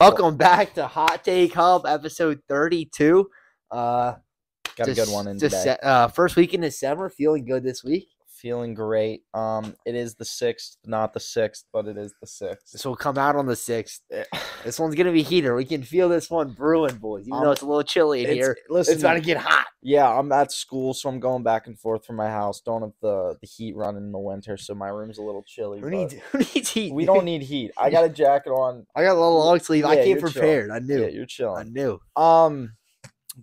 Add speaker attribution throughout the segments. Speaker 1: Welcome back to Hot Take Hub, episode 32. Uh,
Speaker 2: Got a good
Speaker 1: just-
Speaker 2: one in
Speaker 1: just
Speaker 2: today.
Speaker 1: se- uh, first week in December, feeling good this week.
Speaker 2: Feeling great. Um, it is the sixth, not the sixth, but it is the sixth.
Speaker 1: This will come out on the 6th.
Speaker 2: Eh,
Speaker 1: This one's going to be heater. We can feel this one brewing, boys, even though
Speaker 2: Um,
Speaker 1: it's a little chilly in
Speaker 2: It's-
Speaker 1: here.
Speaker 2: Listen,
Speaker 1: it's about to get hot.
Speaker 2: yeah, I'm at school, so I'm going back and forth from my house. Don't have the the heat running in the winter, so my room's a little chilly.
Speaker 1: Who
Speaker 2: but
Speaker 1: needs, who needs heat?
Speaker 2: we
Speaker 1: dude?
Speaker 2: don't need heat. I got a jacket on.
Speaker 1: I got a little long sleeve. I
Speaker 2: Yeah,
Speaker 1: came
Speaker 2: you're chill.
Speaker 1: prepared. I
Speaker 2: Yeah,
Speaker 1: knew.
Speaker 2: you're
Speaker 1: I
Speaker 2: chilling.
Speaker 1: knew.
Speaker 2: Um,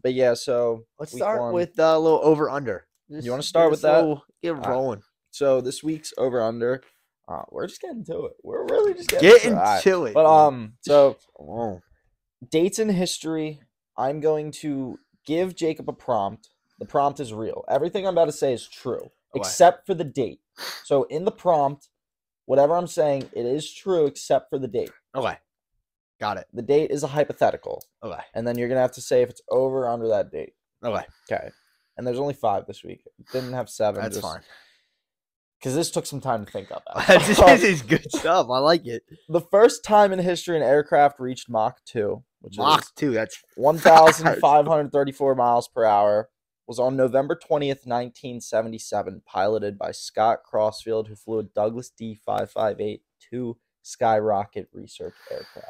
Speaker 2: but yeah, so
Speaker 1: Let's
Speaker 2: Week
Speaker 1: start
Speaker 2: one.
Speaker 1: with uh, a little over under.
Speaker 2: You wanna start with that?
Speaker 1: Get
Speaker 2: right.
Speaker 1: rolling.
Speaker 2: so this week's over under. Uh, we're just getting to it. We're really just getting,
Speaker 1: Get
Speaker 2: to it. Alright.
Speaker 1: into it.
Speaker 2: But um, so
Speaker 1: um,
Speaker 2: dates in history, I'm going to give Jacob a prompt. The prompt is real. Everything I'm about to say is true,
Speaker 1: Okay.
Speaker 2: except for the date. So in the prompt, whatever I'm saying, it is true except for the date.
Speaker 1: okay, got it.
Speaker 2: The date is a hypothetical,
Speaker 1: Okay,
Speaker 2: and then you're gonna have to say if it's over or under that date.
Speaker 1: okay,
Speaker 2: Okay. And there's only five this week. Didn't have seven.
Speaker 1: that's fine.
Speaker 2: Because this took some time to think about. Um,
Speaker 1: this this is good stuff. I like it.
Speaker 2: the first time in history an aircraft reached Mach 2, which
Speaker 1: Mach
Speaker 2: is
Speaker 1: two. That's
Speaker 2: 1,534 miles per hour was on November 20th, 1977, piloted by Scott Crossfield, who flew a Douglas D558 2 Skyrocket research aircraft.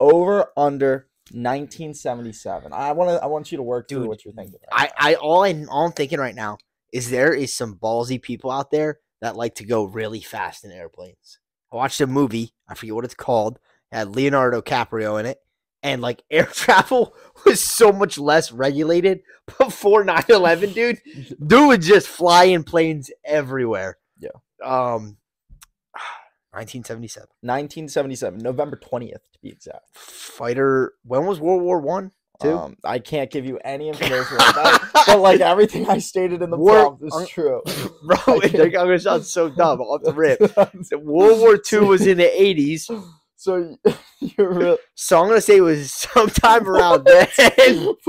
Speaker 2: Over under 1977. I want to. I want you to work through
Speaker 1: Dude,
Speaker 2: what you're thinking.
Speaker 1: I,
Speaker 2: right now.
Speaker 1: I all I all I'm thinking right now is there is some ballsy people out there that like to go really fast in airplanes. I watched a movie, I forget what it's called, it had Leonardo DiCaprio in it, and like air travel was so much less regulated before 9-11, dude. Dude would just fly in planes everywhere.
Speaker 2: Yeah.
Speaker 1: Um 1977.
Speaker 2: 1977, November 20th to be exact.
Speaker 1: Fighter when was World War One? Two?
Speaker 2: Um, I can't give you any information, about that, but like everything I stated in the
Speaker 1: War-
Speaker 2: prompt is
Speaker 1: un-
Speaker 2: true.
Speaker 1: Bro, I'm
Speaker 2: can't-
Speaker 1: gonna sound so dumb off the rip. World War II was in the 80s,
Speaker 2: so you're real.
Speaker 1: so I'm gonna say it was sometime around then.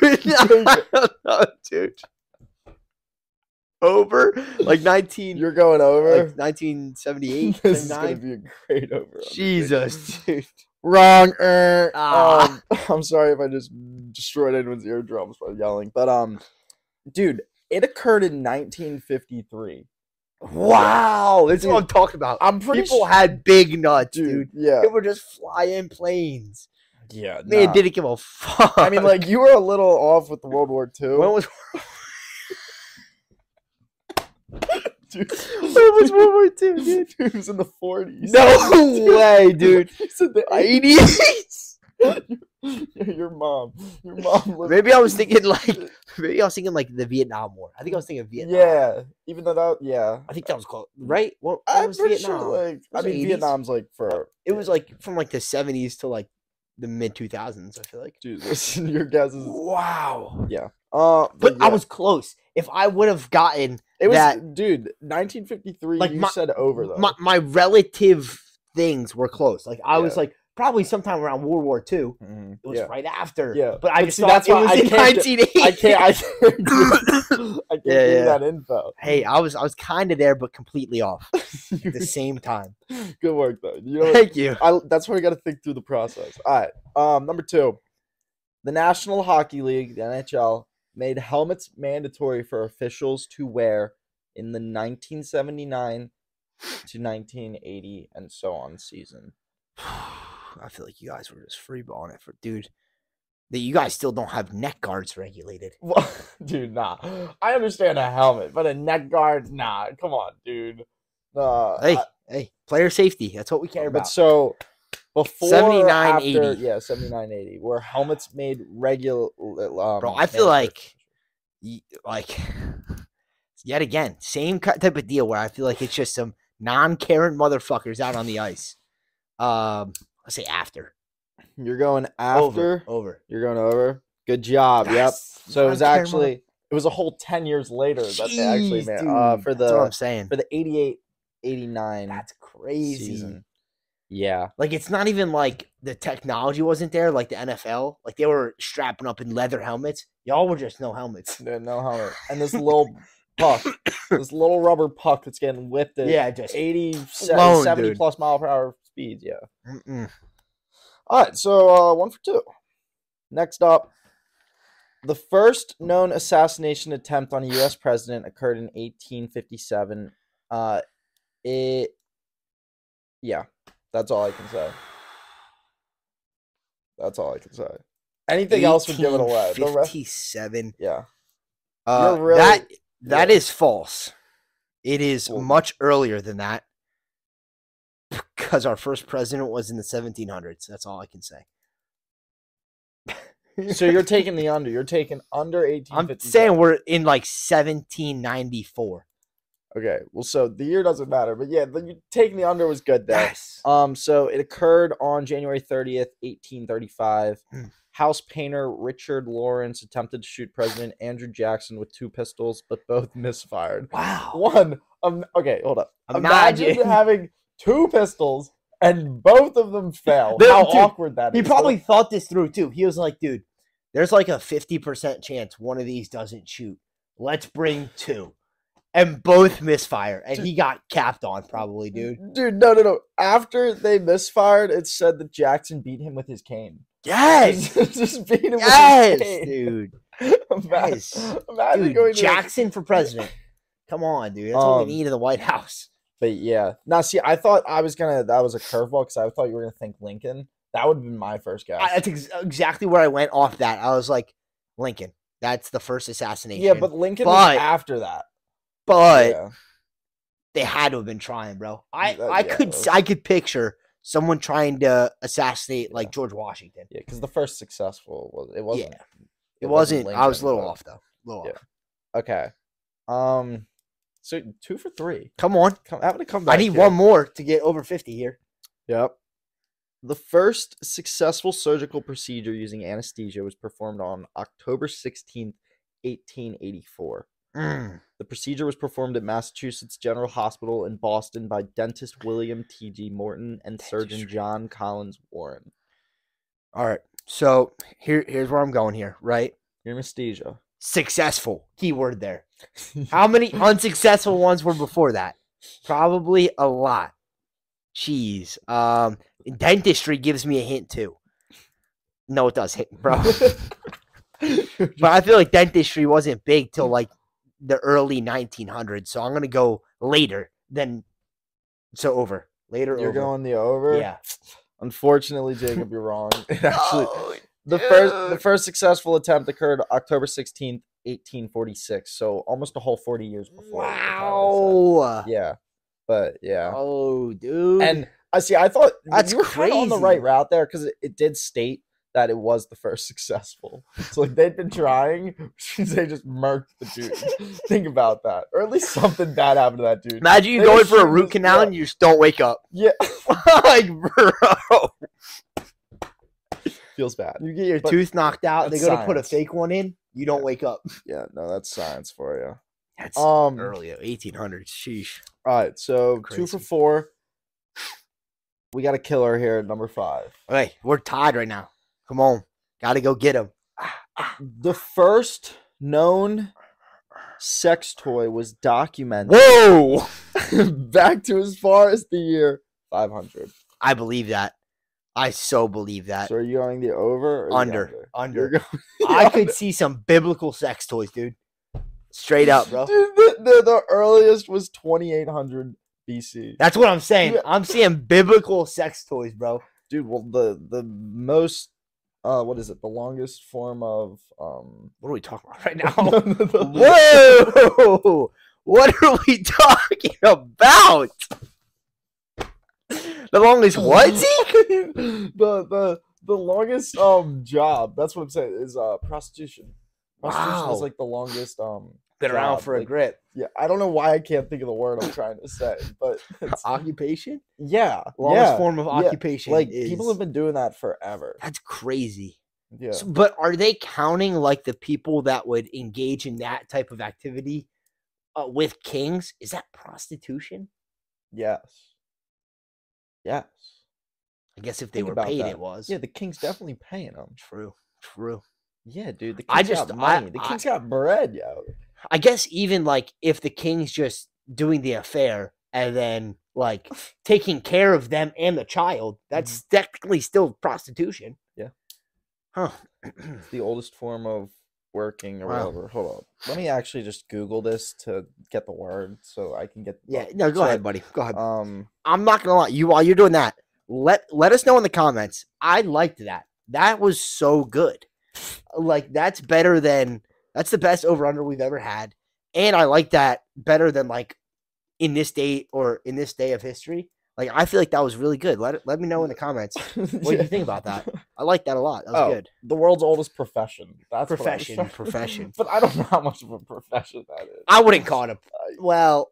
Speaker 2: Wait.
Speaker 1: I don't know, dude. Over like 19,
Speaker 2: You're going over.
Speaker 1: like 1978,
Speaker 2: this is gonna
Speaker 1: 79?
Speaker 2: be a great over.
Speaker 1: Jesus, dude.
Speaker 2: Wrong. er,
Speaker 1: Ah.
Speaker 2: Um, I'm sorry if I just destroyed anyone's eardrums by yelling, but um, dude, it occurred in 1953.
Speaker 1: Wow, that's what I'm
Speaker 2: Dude,
Speaker 1: talking about.
Speaker 2: I'm pretty
Speaker 1: People
Speaker 2: sh-
Speaker 1: had big nuts, dude.
Speaker 2: dude. Yeah.
Speaker 1: They were just flying planes.
Speaker 2: Yeah.
Speaker 1: Man,
Speaker 2: nah.
Speaker 1: didn't give a fuck.
Speaker 2: I mean, like you were a little off with the World War II.
Speaker 1: when was
Speaker 2: dude,
Speaker 1: when was World War II, dude?
Speaker 2: dude, it was in the 40s.
Speaker 1: No
Speaker 2: Dude,
Speaker 1: way, dude.
Speaker 2: It was in the
Speaker 1: 80s.
Speaker 2: your, your mom. Your mom lived.
Speaker 1: Maybe I was thinking like maybe I was thinking like the Vietnam War. I think I was thinking of Vietnam.
Speaker 2: Yeah. Even though that, yeah.
Speaker 1: I think that was called right. What, what
Speaker 2: I'm
Speaker 1: was
Speaker 2: pretty
Speaker 1: Vietnam?
Speaker 2: sure, like, I
Speaker 1: Was it
Speaker 2: mean,
Speaker 1: 80s?
Speaker 2: Vietnam's like for.
Speaker 1: it was like from like the seventies to like the mid two thousands. I feel like.
Speaker 2: Dude, listen, your guess is.
Speaker 1: Wow.
Speaker 2: Yeah. Uh,
Speaker 1: But I
Speaker 2: yeah,
Speaker 1: was close. If I would have gotten
Speaker 2: It was,
Speaker 1: that-
Speaker 2: dude. 1953.
Speaker 1: Like,
Speaker 2: you
Speaker 1: my-
Speaker 2: said over though.
Speaker 1: my my relative things were close. Like I was
Speaker 2: Yeah.
Speaker 1: like probably sometime around World War II.
Speaker 2: Mhm,
Speaker 1: It was
Speaker 2: yeah.
Speaker 1: right after.
Speaker 2: Yeah.
Speaker 1: But I
Speaker 2: But
Speaker 1: just
Speaker 2: see,
Speaker 1: thought
Speaker 2: that's
Speaker 1: it
Speaker 2: why
Speaker 1: was
Speaker 2: I
Speaker 1: in
Speaker 2: can't
Speaker 1: nineteen eighty.
Speaker 2: I can't. I can't. give- I can't
Speaker 1: Yeah,
Speaker 2: give
Speaker 1: yeah.
Speaker 2: you that info.
Speaker 1: Hey, I was I was kind of there, but completely off at the same time.
Speaker 2: Good work though. You know what?
Speaker 1: Thank you.
Speaker 2: I, that's where I got to think through the process. All right. Um, number two, the National Hockey League, the NHL, made helmets mandatory for officials to wear in the 1979 to 1980 and so on season.
Speaker 1: I feel like you guys were just freeballing it for dude. That you guys still don't have neck guards regulated.
Speaker 2: Well, dude, nah. I understand a helmet, but a neck guard, nah. Come on, dude. Nah.
Speaker 1: Uh, Hey,
Speaker 2: I-
Speaker 1: hey, player safety. That's what we care
Speaker 2: but
Speaker 1: about.
Speaker 2: so. Before
Speaker 1: 79,
Speaker 2: 7980.
Speaker 1: 80.
Speaker 2: Yeah, 7980. Were helmets made regular. Um,
Speaker 1: I feel
Speaker 2: mandatory
Speaker 1: like-
Speaker 2: for
Speaker 1: Y- Like, yet again, same ki- type of deal where I feel like it's just some non-caring motherfuckers out on the ice. Um, I say after.
Speaker 2: You're going
Speaker 1: Over,
Speaker 2: after.
Speaker 1: over.
Speaker 2: You're going over. Good job.
Speaker 1: Yes,
Speaker 2: Yep. So it was
Speaker 1: non-caring
Speaker 2: actually it was a whole ten years later that they actually
Speaker 1: Jeez,
Speaker 2: made uh,
Speaker 1: dude,
Speaker 2: for
Speaker 1: that's what I'm
Speaker 2: the
Speaker 1: saying.
Speaker 2: for the 88, 89
Speaker 1: That's crazy.
Speaker 2: season. Yeah.
Speaker 1: Like it's not even like the technology wasn't there, like the NFL. Like they were strapping up in leather helmets. Y'all were just no helmets.
Speaker 2: No no helmet. And this little puck, this little rubber puck that's getting whipped at
Speaker 1: Yeah, just
Speaker 2: 80, se-
Speaker 1: Flown,
Speaker 2: 70
Speaker 1: dude.
Speaker 2: plus mile per hour speed. Yeah.
Speaker 1: Mm-mm.
Speaker 2: All right, so uh, one for two. Next up, the first known assassination attempt on a U.S. president occurred in 1857. Uh, it, yeah, that's all I can say. That's all I can say. Anything else would give it away. The rest,
Speaker 1: 57.
Speaker 2: yeah,
Speaker 1: Uh,
Speaker 2: You're really-
Speaker 1: that that
Speaker 2: yeah.
Speaker 1: is false. It is
Speaker 2: Well-
Speaker 1: much earlier than that because our first president was in the 1700s. That's all I can say.
Speaker 2: so you're taking the under. You're taking under 1857.
Speaker 1: I'm saying we're in like 1794.
Speaker 2: okay. Well, so the year doesn't matter, but yeah, the, you- taking the under was good there.
Speaker 1: Yes.
Speaker 2: Um, so it occurred on January 30th, 1835.
Speaker 1: Mm.
Speaker 2: House painter Richard Lawrence attempted to shoot President Andrew Jackson with two pistols, but both misfired.
Speaker 1: Wow.
Speaker 2: One, um, okay, hold up.
Speaker 1: Imagine.
Speaker 2: having two pistols and both of them fail.
Speaker 1: They're-
Speaker 2: How
Speaker 1: dude,
Speaker 2: awkward that
Speaker 1: He
Speaker 2: is.
Speaker 1: probably thought this through too. He was like, dude, there's like a 50% chance one of these doesn't shoot. Let's bring two. And both misfire. And
Speaker 2: Dude.
Speaker 1: he got capped on, probably, dude.
Speaker 2: Dude, no, no, no. After they misfired, it said that Jackson beat him with his cane.
Speaker 1: Yes.
Speaker 2: Just beat him
Speaker 1: Yes,
Speaker 2: with his cane.
Speaker 1: dude.
Speaker 2: Imagine,
Speaker 1: Yes.
Speaker 2: imagine
Speaker 1: Dude,
Speaker 2: going to a
Speaker 1: Jackson for president. Come on, dude. That's what
Speaker 2: Um,
Speaker 1: we need in the White House.
Speaker 2: But yeah, now see, I thought I was gonna that was a curveball because I thought you were gonna think Lincoln. That would have been my first guess.
Speaker 1: I, that's ex- exactly where I went off that. I was like, Lincoln, that's the first assassination.
Speaker 2: yeah, but Lincoln
Speaker 1: But-
Speaker 2: was after that.
Speaker 1: but
Speaker 2: yeah.
Speaker 1: they had to have been trying, bro. I
Speaker 2: That-
Speaker 1: I
Speaker 2: yeah,
Speaker 1: could
Speaker 2: that
Speaker 1: s-
Speaker 2: was-
Speaker 1: I could picture someone trying to assassinate like George Washington.
Speaker 2: yeah, because the first successful was it wasn't.
Speaker 1: Yeah. It, wasn't. I was a
Speaker 2: Lincoln,
Speaker 1: little
Speaker 2: but-
Speaker 1: off though. little
Speaker 2: yeah.
Speaker 1: off.
Speaker 2: Okay, um, so two for three.
Speaker 1: Come on,
Speaker 2: Come, having to come
Speaker 1: I
Speaker 2: back.
Speaker 1: need
Speaker 2: here.
Speaker 1: one more to get over fifty here.
Speaker 2: Yep. The first successful surgical procedure using anesthesia was performed on October sixteenth, eighteen eighty four.
Speaker 1: Mm.
Speaker 2: The procedure was performed at Massachusetts General Hospital in Boston by dentist William T.G. Morton and surgeon
Speaker 1: Dentistry.
Speaker 2: John Collins Warren.
Speaker 1: All right, so here here's where I'm going here. Right,
Speaker 2: Your anesthesia.
Speaker 1: successful keyword there. How many unsuccessful ones were before that? Probably a lot. Jeez. Um, dentistry gives me a hint too. No, it does hit, bro. but I feel like dentistry wasn't big till like the early 1900s. So I'm gonna go later than so over later.
Speaker 2: You're
Speaker 1: over.
Speaker 2: going the over?
Speaker 1: yeah.
Speaker 2: Unfortunately, Jacob, you're wrong. It actually, the first the
Speaker 1: dude.
Speaker 2: first successful attempt occurred October 16th, 1846. So almost a whole 40 years before. the time
Speaker 1: wow.
Speaker 2: they said. Yeah. But yeah.
Speaker 1: Oh, dude.
Speaker 2: And I see. I thought
Speaker 1: That's
Speaker 2: you were kinda on the right
Speaker 1: crazy.
Speaker 2: route there because it, it did state that it was the first successful. So like they'd been trying, which means they just murked the dude. Think about that, or at least something bad happened to that dude.
Speaker 1: imagine you
Speaker 2: they
Speaker 1: going
Speaker 2: just
Speaker 1: for a
Speaker 2: should've
Speaker 1: root
Speaker 2: just-
Speaker 1: canal
Speaker 2: yeah.
Speaker 1: and you just don't wake up.
Speaker 2: Yeah,
Speaker 1: like, bro.
Speaker 2: feels bad.
Speaker 1: You get your
Speaker 2: But
Speaker 1: tooth knocked out. They
Speaker 2: that's
Speaker 1: go to put a
Speaker 2: science.
Speaker 1: fake one in. You don't
Speaker 2: Yeah.
Speaker 1: wake up.
Speaker 2: Yeah, no, that's science for you.
Speaker 1: That's
Speaker 2: Um, all
Speaker 1: early 1800s. Sheesh.
Speaker 2: right, so two for
Speaker 1: Crazy.
Speaker 2: four. We got a killer here at number five.
Speaker 1: Okay, we're tied right now. Come on, gotta go get him.
Speaker 2: The first known sex toy was documented.
Speaker 1: Whoa!
Speaker 2: back to as far as the year 500.
Speaker 1: I believe that. I so believe that.
Speaker 2: So are you going the over or the
Speaker 1: Under, under.
Speaker 2: under? You're going
Speaker 1: I could see some biblical sex toys, dude. Straight up, bro.
Speaker 2: Dude, the, the, the earliest was 2800 BC.
Speaker 1: That's what I'm saying.
Speaker 2: Yeah.
Speaker 1: I'm seeing biblical sex toys, bro.
Speaker 2: Dude, well the the most uh what is it? The longest form of um
Speaker 1: What are we talking about right
Speaker 2: no,
Speaker 1: now?
Speaker 2: no, the-
Speaker 1: Whoa! What are we talking about? The longest what? Zeke?
Speaker 2: the the the longest um job. That's what I'm saying is uh prostitution. Prostitution
Speaker 1: Wow.
Speaker 2: is like the longest um
Speaker 1: Been around
Speaker 2: job,
Speaker 1: for a
Speaker 2: like-
Speaker 1: grip.
Speaker 2: yeah, I don't know why I can't think of the word I'm trying to say, but it's,
Speaker 1: Occupation?
Speaker 2: yeah,
Speaker 1: Longest
Speaker 2: yeah.
Speaker 1: form of occupation.
Speaker 2: Like
Speaker 1: is-
Speaker 2: people have been doing that forever.
Speaker 1: That's crazy.
Speaker 2: Yeah.
Speaker 1: So- but are they counting like the people that would engage in that type of activity uh, with kings? Is that prostitution?
Speaker 2: yes. Yes.
Speaker 1: I guess if they
Speaker 2: Think
Speaker 1: were
Speaker 2: about
Speaker 1: paid,
Speaker 2: that.
Speaker 1: it was.
Speaker 2: Yeah, the king's definitely paying them.
Speaker 1: true, true.
Speaker 2: Yeah, dude. The king's
Speaker 1: I just-
Speaker 2: got
Speaker 1: I-
Speaker 2: money. the
Speaker 1: I-
Speaker 2: king's got bread, yo.
Speaker 1: I guess even like if the king's just doing the affair and then like taking care of them and the child. That's technically still prostitution.
Speaker 2: Mm-hmm. Yeah.
Speaker 1: Huh.
Speaker 2: It's the oldest form of working or
Speaker 1: Wow.
Speaker 2: whatever. Hold on. Let me actually just Google this to get the word so I can get.
Speaker 1: yeah. No, go
Speaker 2: so I-
Speaker 1: ahead, buddy. Go ahead.
Speaker 2: Um,
Speaker 1: I'm not gonna lie. You while you're doing that, let let us know in the comments. I liked that. That was so good. Like that's better than that's the best over under we've ever had. And I like that better than like in this day or in this day of history. Like I feel like that was really good. Let it- let me know in the comments. What do you think about that? I like that a lot. That was
Speaker 2: Oh,
Speaker 1: good.
Speaker 2: The world's oldest profession. That's what I was
Speaker 1: Profession,
Speaker 2: trying-
Speaker 1: profession.
Speaker 2: but I don't know how much of a profession that is.
Speaker 1: I wouldn't call it a
Speaker 2: I-
Speaker 1: Uh, well.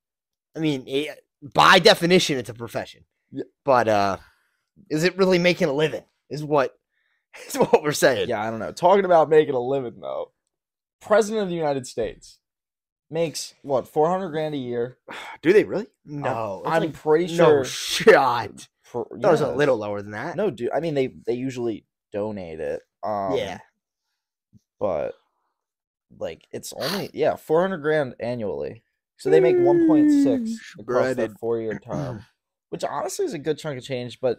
Speaker 1: I mean, eh, by definition, it's a profession.
Speaker 2: Yeah.
Speaker 1: But uh, is it really making a living? Is what is what we're saying?
Speaker 2: yeah, I don't know. Talking about making a living though, President of the United States makes what four hundred grand a year.
Speaker 1: Do they really? No,
Speaker 2: Oh, I'm
Speaker 1: I'm
Speaker 2: pretty
Speaker 1: no
Speaker 2: sure.
Speaker 1: shot.
Speaker 2: pr-
Speaker 1: That was a
Speaker 2: yes.
Speaker 1: little lower than that.
Speaker 2: No, dude. I mean, they they usually donate it. Um,
Speaker 1: yeah,
Speaker 2: but like it's only yeah four hundred grand annually. So they make one point six
Speaker 1: Sheesh,
Speaker 2: across that
Speaker 1: breaded.
Speaker 2: four year term, which honestly is a good chunk of change. But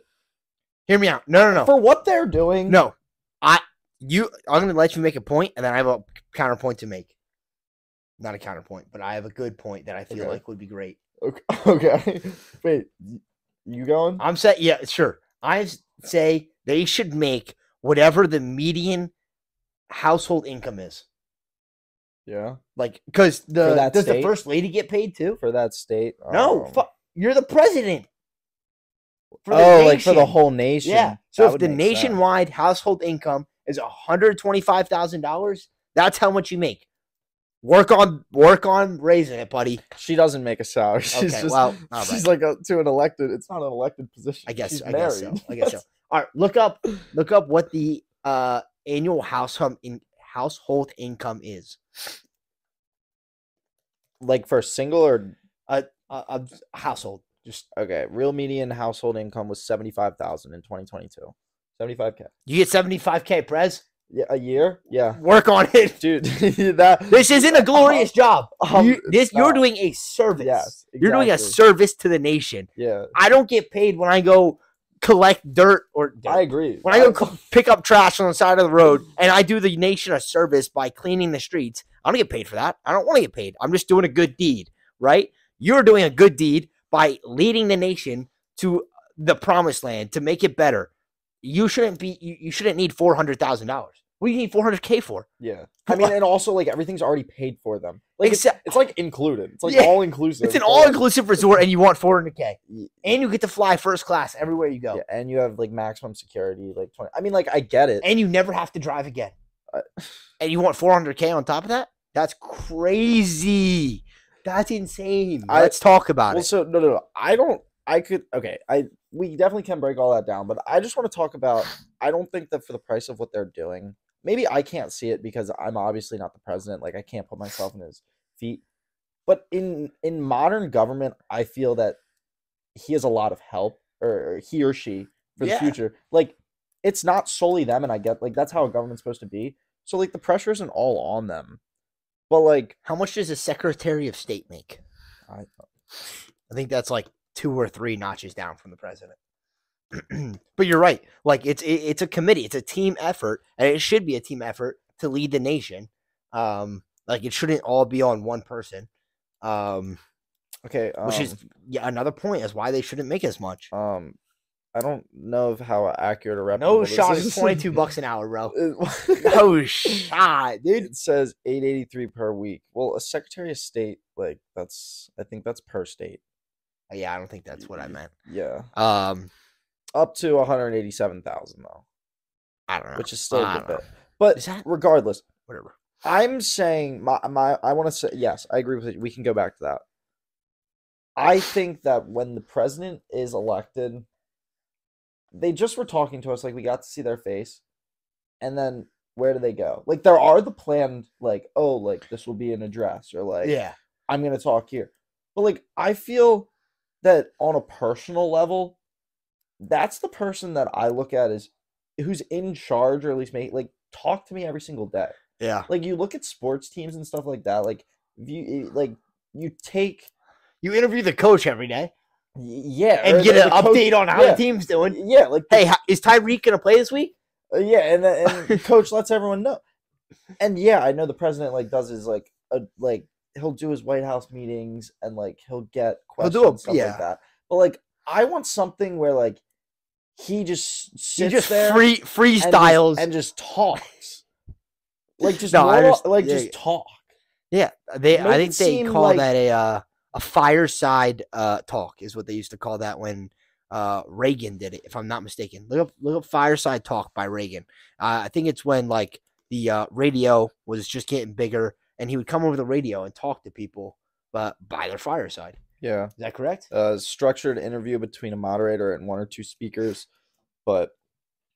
Speaker 1: hear me out. No, no, no,
Speaker 2: for what they're doing,
Speaker 1: no. I you. I'm gonna let you make a point, and then I have a counterpoint to make. Not a counterpoint, but I have a good point that I feel
Speaker 2: Okay.
Speaker 1: like would be great.
Speaker 2: Okay. okay. Wait, y- you going?
Speaker 1: I'm saying, yeah, sure. I s- say they should make whatever the median household income is.
Speaker 2: yeah.
Speaker 1: Like, because the
Speaker 2: that
Speaker 1: does
Speaker 2: state?
Speaker 1: the first lady get paid too?
Speaker 2: For that state.
Speaker 1: no,
Speaker 2: um,
Speaker 1: fu- you're the president. for the
Speaker 2: oh, like for the
Speaker 1: nation.
Speaker 2: whole nation.
Speaker 1: Yeah.
Speaker 2: That
Speaker 1: So if
Speaker 2: would
Speaker 1: the
Speaker 2: make sense.
Speaker 1: nationwide household income is hundred twenty-five thousand dollars, that's how much you make. Work on work on raising it, buddy.
Speaker 2: she doesn't make a salary. She's
Speaker 1: Okay,
Speaker 2: just
Speaker 1: well, all
Speaker 2: she's
Speaker 1: right.
Speaker 2: like a, to an elected. It's not an elected position.
Speaker 1: I guess
Speaker 2: She's
Speaker 1: I guess so.
Speaker 2: married.
Speaker 1: I guess so. All right, look up look up what the uh annual household in household income is.
Speaker 2: Like for single or
Speaker 1: Uh, of s- household, just
Speaker 2: okay, real median household income was seventy five thousand in twenty twenty two. Seventy five k.
Speaker 1: you get seventy five k, Prez.
Speaker 2: Yeah, a year. Yeah,
Speaker 1: Work on it.
Speaker 2: dude. that
Speaker 1: This isn't a glorious job.
Speaker 2: um,
Speaker 1: you, this you're
Speaker 2: no.
Speaker 1: doing a service.
Speaker 2: yes,
Speaker 1: You're doing a
Speaker 2: exactly.
Speaker 1: service to the nation.
Speaker 2: yeah.
Speaker 1: I don't get paid when I go collect dirt or
Speaker 2: I agree.
Speaker 1: when I go co- pick up trash on the side of the road and I do the nation a service by cleaning the streets. I don't get paid for that. I don't want to get paid. I'm just doing a good deed, right? You're doing a good deed by leading the nation to the promised land to make it better. You shouldn't be. You, you shouldn't need four hundred thousand dollars. What do you need four hundred k for?
Speaker 2: Yeah. I mean, and also like everything's already paid for them. Like it's,
Speaker 1: Except-
Speaker 2: it's like included. It's like
Speaker 1: Yeah,
Speaker 2: all inclusive.
Speaker 1: It's an all-inclusive resort, and you want four hundred k, and you get to fly first class everywhere you go,
Speaker 2: Yeah, and you have like maximum security, like twenty. I mean, like I get it.
Speaker 1: and you never have to drive again.
Speaker 2: I-
Speaker 1: and you want 400k on top of that? That's crazy. That's insane.
Speaker 2: I-
Speaker 1: Let's talk about
Speaker 2: well,
Speaker 1: it.
Speaker 2: so no, no, no. I don't. I could. Okay, I we definitely can break all that down, but I just want to talk about. I don't think that for the price of what they're doing, maybe I can't see it because I'm obviously not the president. Like I can't put myself in his feet. But in in modern government, I feel that he has a lot of help, or or he or she for the
Speaker 1: Yeah.
Speaker 2: future. Like it's not solely them, and I get like that's how a government's supposed to be. So like the pressure isn't all on them, but like
Speaker 1: How much does a Secretary of State make?
Speaker 2: I-
Speaker 1: I think that's like two or three notches down from the president. but you're right. Like it's it, it's a committee. It's a team effort, and it should be a team effort to lead the nation. Um, like it shouldn't all be on one person. Um,
Speaker 2: okay, um,
Speaker 1: which is yeah another point is why they shouldn't make as much.
Speaker 2: Um, I don't know of how accurate or reputable.
Speaker 1: No
Speaker 2: this
Speaker 1: shot is
Speaker 2: is.
Speaker 1: twenty two bucks an hour, bro.
Speaker 2: It-
Speaker 1: No shot, dude.
Speaker 2: it says eight eighty three per week. Well, a secretary of state, like that's, I think that's per state.
Speaker 1: Yeah, I don't think that's what I meant.
Speaker 2: Yeah,
Speaker 1: Um,
Speaker 2: up to one hundred eighty seven thousand though,
Speaker 1: I don't know.
Speaker 2: which is still
Speaker 1: I
Speaker 2: a good
Speaker 1: don't know.
Speaker 2: bit. But
Speaker 1: Is that-
Speaker 2: regardless,
Speaker 1: Whatever.
Speaker 2: I'm saying my my I want to say yes, I agree with it. We can go back to that. I think that when the president is elected, they just were talking to us like we got to see their face, and then where do they go? Like there are the planned like oh like this will be an address or like
Speaker 1: yeah,
Speaker 2: I'm gonna talk here, but like I feel that on a personal level, that's the person that I look at as who's in charge or at least make like talk to me every single day
Speaker 1: yeah.
Speaker 2: like you look at sports teams and stuff like that like if eh, you i- like you take
Speaker 1: You interview the coach every day.
Speaker 2: Y- Yeah, or
Speaker 1: and get
Speaker 2: the-
Speaker 1: an
Speaker 2: the coach-
Speaker 1: update on how
Speaker 2: yeah.
Speaker 1: the team's doing.
Speaker 2: Yeah, like the-
Speaker 1: Hey, ho- is Tyreek going to play this week?
Speaker 2: Uh, yeah, and the- and the coach lets everyone know. And yeah, I know the president like does his like a, like he'll do his White House meetings and like he'll get
Speaker 1: He'll
Speaker 2: questions
Speaker 1: do a-
Speaker 2: stuff
Speaker 1: yeah.
Speaker 2: like that. But like I want something where like he just s-
Speaker 1: He
Speaker 2: sits
Speaker 1: just
Speaker 2: there
Speaker 1: free
Speaker 2: and just-
Speaker 1: freestyles.
Speaker 2: and just talks. Like just
Speaker 1: No, I
Speaker 2: mono-
Speaker 1: underst-
Speaker 2: like
Speaker 1: yeah,
Speaker 2: just talk.
Speaker 1: yeah, uh, they. I
Speaker 2: make
Speaker 1: think
Speaker 2: it
Speaker 1: they
Speaker 2: seem
Speaker 1: call
Speaker 2: like-
Speaker 1: that a uh, a fireside uh, talk is what they used to call that when uh, Reagan did it, if I'm not mistaken. Look up look up fireside talk by Reagan. Uh, I think it's when like the uh, radio was just getting bigger, and he would come over the radio and talk to people, but by their fireside.
Speaker 2: Yeah.
Speaker 1: Is that correct?
Speaker 2: Uh structured interview between a moderator and one or two speakers. But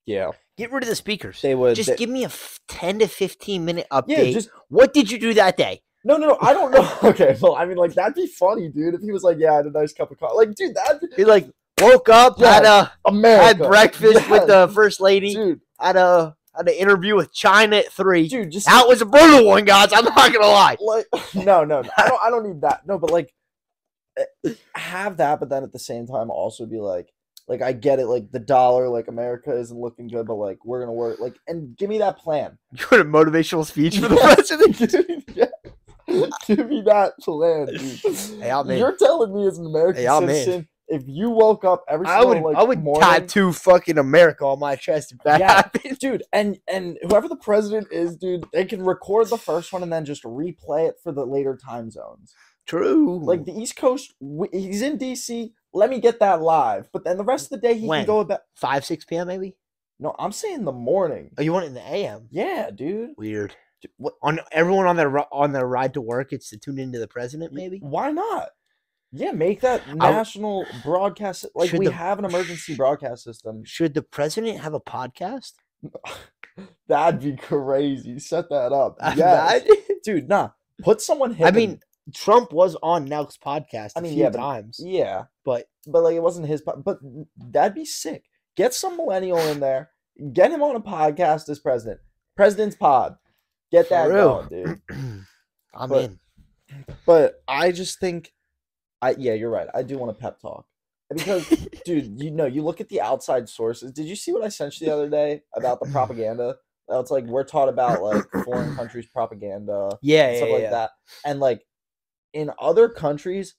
Speaker 2: yeah.
Speaker 1: Get rid of the speakers.
Speaker 2: They would
Speaker 1: just
Speaker 2: they-
Speaker 1: give me a f- 10 to 15 minute update.
Speaker 2: yeah, just
Speaker 1: what did you do that day?
Speaker 2: No, no, no. I don't know. Okay, well, I mean, like that'd be funny, dude. If he was like, "Yeah, I had a nice cup of coffee," like, dude, that
Speaker 1: He like woke up, had a
Speaker 2: America.
Speaker 1: had breakfast with
Speaker 2: Yeah,
Speaker 1: the first lady,
Speaker 2: dude,
Speaker 1: had a had an interview with China at three.
Speaker 2: dude, just
Speaker 1: That was a brutal one, guys. I'm not gonna lie.
Speaker 2: like, no, no, no, I don't, I don't need that. No, but like, eh, have that, but then at the same time, also be like, like, I get it, like the dollar, like America isn't looking good, but like we're gonna work, like, and give me that plan.
Speaker 1: You want a motivational speech for the
Speaker 2: Yeah.
Speaker 1: president?
Speaker 2: Dude, yeah. Give me that plan, dude.
Speaker 1: Hey, I'm in.
Speaker 2: You're telling me as an American
Speaker 1: Hey, I'm in.
Speaker 2: citizen, if you woke up every
Speaker 1: I
Speaker 2: single
Speaker 1: would
Speaker 2: like,
Speaker 1: I would
Speaker 2: morning,
Speaker 1: tattoo fucking America on my chest if that
Speaker 2: Yeah.
Speaker 1: happened.
Speaker 2: dude, and and whoever the president is, dude, they can record the first one and then just replay it for the later time zones.
Speaker 1: True.
Speaker 2: Like the East Coast, w- he's in DC. Let me get that live, but then the rest of the day he
Speaker 1: When?
Speaker 2: can go about.
Speaker 1: five, six PM maybe?
Speaker 2: No, I'm saying the morning.
Speaker 1: Oh, you want it in the AM?
Speaker 2: Yeah, dude.
Speaker 1: Weird.
Speaker 2: D- What?
Speaker 1: On everyone on their ri- on their ride to work, it's to tune into the president, maybe?
Speaker 2: Why not? Yeah, make that
Speaker 1: I-
Speaker 2: national broadcast. Like
Speaker 1: Should
Speaker 2: we
Speaker 1: the-
Speaker 2: have an emergency broadcast system.
Speaker 1: Should the president have a podcast?
Speaker 2: That'd be crazy. Set that up.
Speaker 1: I'm
Speaker 2: Yes.
Speaker 1: not-
Speaker 2: dude. Nah, put someone. Hip
Speaker 1: I
Speaker 2: in-
Speaker 1: mean, Trump was on Nelk's podcast a
Speaker 2: I mean,
Speaker 1: few
Speaker 2: yeah, but-
Speaker 1: times,
Speaker 2: yeah.
Speaker 1: but
Speaker 2: but like it wasn't his po- but that'd be sick get some millennial in there get him on a podcast as president president's pod get
Speaker 1: For
Speaker 2: that
Speaker 1: real.
Speaker 2: going dude
Speaker 1: I'm
Speaker 2: But-
Speaker 1: in.
Speaker 2: but i just think i yeah you're right i do want a pep talk because dude you know you look at the outside sources did you see what i sent you the other day about the propaganda That it's like we're taught about like foreign countries propaganda
Speaker 1: Yeah,
Speaker 2: and stuff like that and like in other countries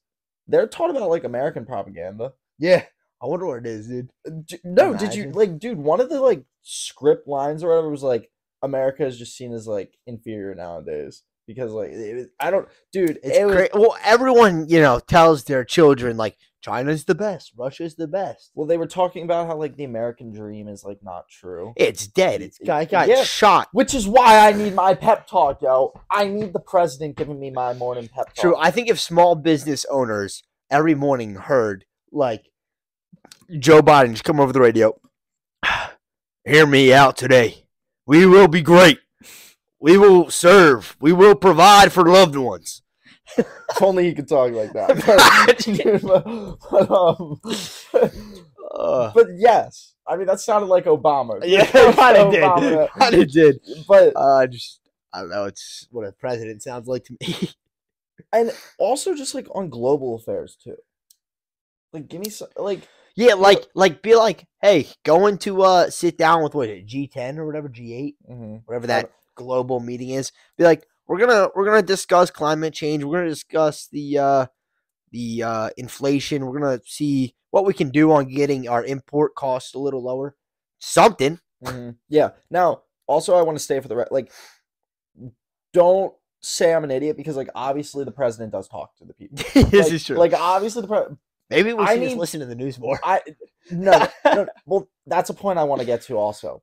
Speaker 2: they're taught about like american propaganda
Speaker 1: Yeah, I wonder what it is, dude.
Speaker 2: D- no, did you
Speaker 1: Imagine.
Speaker 2: like, dude? One of the like script lines or whatever was like, "America is just seen as like inferior nowadays because like it was, I don't, dude.
Speaker 1: It's
Speaker 2: it was,
Speaker 1: cra- well, everyone you know tells their children like China's the best, Russia's the best.
Speaker 2: well, they were talking about how like the American dream is like not true,
Speaker 1: It's dead. It's
Speaker 2: Y-
Speaker 1: guy got
Speaker 2: yeah.
Speaker 1: shot.
Speaker 2: which is why I need my pep talk, yo. I need the president giving me my morning pep talk.
Speaker 1: True. I think if small business owners every morning heard like Joe Biden just come over the radio, hear me out today. We will be great. We will serve. We will provide for loved ones.
Speaker 2: if only he could talk like that. But, dude, but, but, um,
Speaker 1: Uh,
Speaker 2: but yes, I mean that sounded like Obama.
Speaker 1: yeah, kind of did. Kind of did.
Speaker 2: did. But
Speaker 1: Uh, just I don't know. It's what a president sounds like to me.
Speaker 2: and also just like on global affairs too. Like, give me some. Like,
Speaker 1: yeah, like like be like, hey, going to uh sit down with what G ten or whatever G eight, whatever that global meeting is. Be like, we're gonna we're gonna discuss climate change. We're gonna discuss the uh the uh inflation. We're gonna see what we can do on getting our import costs a little lower. Something.
Speaker 2: mhm. yeah. Now, also, I want to stay for the re- like. Don't say I'm an idiot because, like, obviously, the president does talk to the people.
Speaker 1: this
Speaker 2: Like-
Speaker 1: is true.
Speaker 2: Like,
Speaker 1: Like
Speaker 2: obviously, the pre-
Speaker 1: maybe we
Speaker 2: I
Speaker 1: should just
Speaker 2: need-
Speaker 1: listen to the news more.
Speaker 2: I no, no, no. Well, that's a point I want to get to. Also,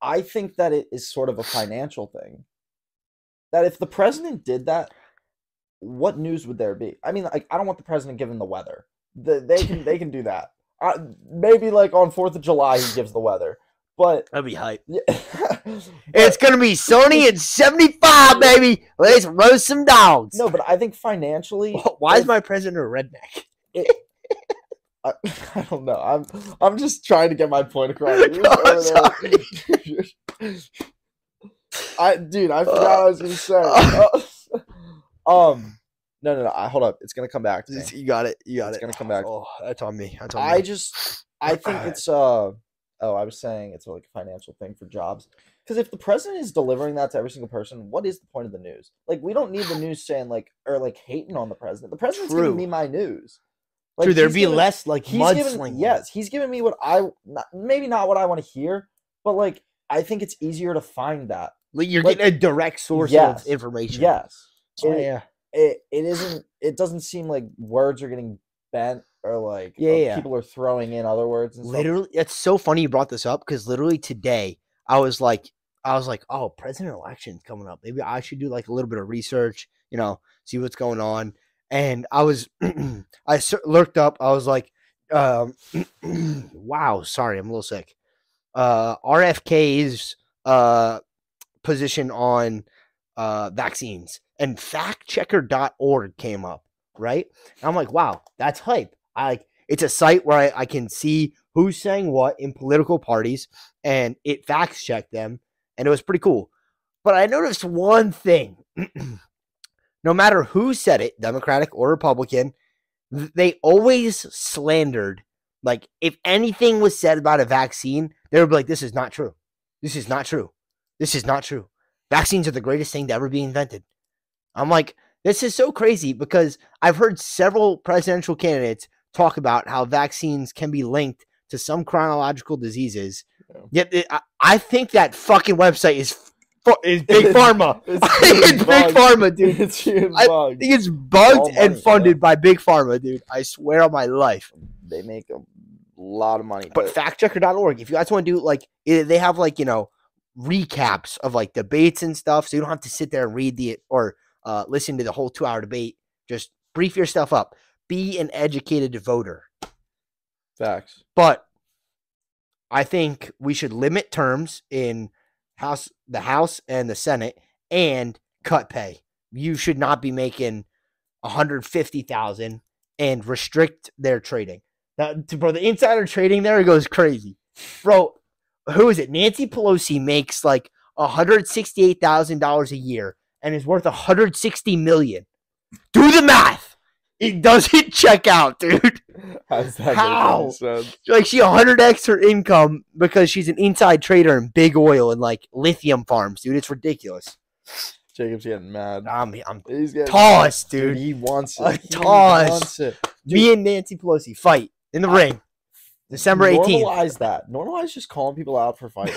Speaker 2: I think that it is sort of a financial thing. That if the president did that, what news would there be? I mean, like I don't want the president giving the weather. The, they can they can do that. Uh, maybe like on Fourth of July he gives the weather, but
Speaker 1: That'd be hype.
Speaker 2: yeah,
Speaker 1: It's gonna be sunny and 75, baby. Let's roast some dogs.
Speaker 2: no. But I think financially,
Speaker 1: Why is
Speaker 2: if-
Speaker 1: my president a redneck?
Speaker 2: I, I don't know. I'm I'm just trying to get my point across.
Speaker 1: No,
Speaker 2: You were
Speaker 1: I'm
Speaker 2: there.
Speaker 1: Uh,
Speaker 2: I dude, I forgot what I was gonna say. um, No, no, no. I, hold up. It's gonna come back to me.
Speaker 1: It's- uh. You got it. You got
Speaker 2: It's
Speaker 1: it.
Speaker 2: gonna come back.
Speaker 1: Oh, that's on me. That's on
Speaker 2: I
Speaker 1: me.
Speaker 2: just I think it's uh oh I was saying it's like a financial thing for jobs because if the president is delivering that to every single person, what is the point of the news? Like we don't need the news saying like or like hating on the president. The president's
Speaker 1: True.
Speaker 2: giving me my news.
Speaker 1: True, there'd
Speaker 2: he's
Speaker 1: be
Speaker 2: giving-
Speaker 1: less like
Speaker 2: He's given,
Speaker 1: mudslinging.
Speaker 2: yes, he's giving me what I not, maybe not what I want to hear, but like I think it's easier to find that.
Speaker 1: Like, you're
Speaker 2: like-
Speaker 1: getting a direct source
Speaker 2: Yes,
Speaker 1: of information.
Speaker 2: Yes,
Speaker 1: Oh,
Speaker 2: it-
Speaker 1: yeah.
Speaker 2: it it isn't it doesn't seem like words are getting bent or like
Speaker 1: Yeah,
Speaker 2: uh,
Speaker 1: yeah.
Speaker 2: people are throwing in other words and stuff.
Speaker 1: Literally, it's so funny you brought this up because literally today I was like, I was like, oh, president election's coming up. Maybe I should do like a little bit of research, you know, see what's going on. And I was, I ser- lurked up. I was like, um, wow, sorry, I'm a little sick. Uh, RFK's uh, position on uh, vaccines and factchecker.org came up, right? And I'm like, wow, that's hype. I like it's a site where I, I can see who's saying what in political parties and it fact checked them and it was pretty cool. But I noticed one thing. no matter who said it, Democratic or Republican, th- they always slandered. Like if anything was said about a vaccine, they would be like, This is not true. This is not true. This is not true. Vaccines are the greatest thing to ever be invented. I'm like, this is so crazy because I've heard several presidential candidates talk about how vaccines can be linked to some chronological diseases.
Speaker 2: Yeah.
Speaker 1: Yet it- I, I think that fucking website is fu- is big
Speaker 2: It's-
Speaker 1: pharma.
Speaker 2: It's
Speaker 1: I think
Speaker 2: human
Speaker 1: it's
Speaker 2: bugs.
Speaker 1: big pharma, dude.
Speaker 2: It's human
Speaker 1: I
Speaker 2: bugs.
Speaker 1: I think it's bugged
Speaker 2: all money,
Speaker 1: and
Speaker 2: yeah.
Speaker 1: funded by big pharma, dude. I swear on my life.
Speaker 2: They make a lot of money.
Speaker 1: But
Speaker 2: but-
Speaker 1: factchecker.org, if you guys want to do like, i- they have like you know recaps of like debates and stuff, so you don't have to sit there and read the or uh, listen to the whole two-hour debate. Just brief yourself up. Be an educated voter.
Speaker 2: facts.
Speaker 1: But I think we should limit terms in House, the House, and the Senate, and cut pay. You should not be making one hundred fifty thousand and restrict their trading. Now, to- bro, the insider trading there goes crazy, bro. Who is it? Nancy Pelosi makes like one hundred sixty-eight thousand dollars a year and is worth one hundred sixty million. Do the math. It doesn't check out, dude
Speaker 2: How's that
Speaker 1: How?
Speaker 2: Make any sense?
Speaker 1: like she 100x her income because she's an inside trader in big oil and like lithium farms, dude. It's ridiculous.
Speaker 2: Jacob's getting mad.
Speaker 1: I'm, I'm
Speaker 2: He's getting
Speaker 1: toss,
Speaker 2: Dude,
Speaker 1: dude.
Speaker 2: he wants it.
Speaker 1: A
Speaker 2: He
Speaker 1: toss.
Speaker 2: wants it.
Speaker 1: Me and Nancy Pelosi fight in the ring, December 18th.
Speaker 2: Normalize that. Normalize just calling people out for fighting.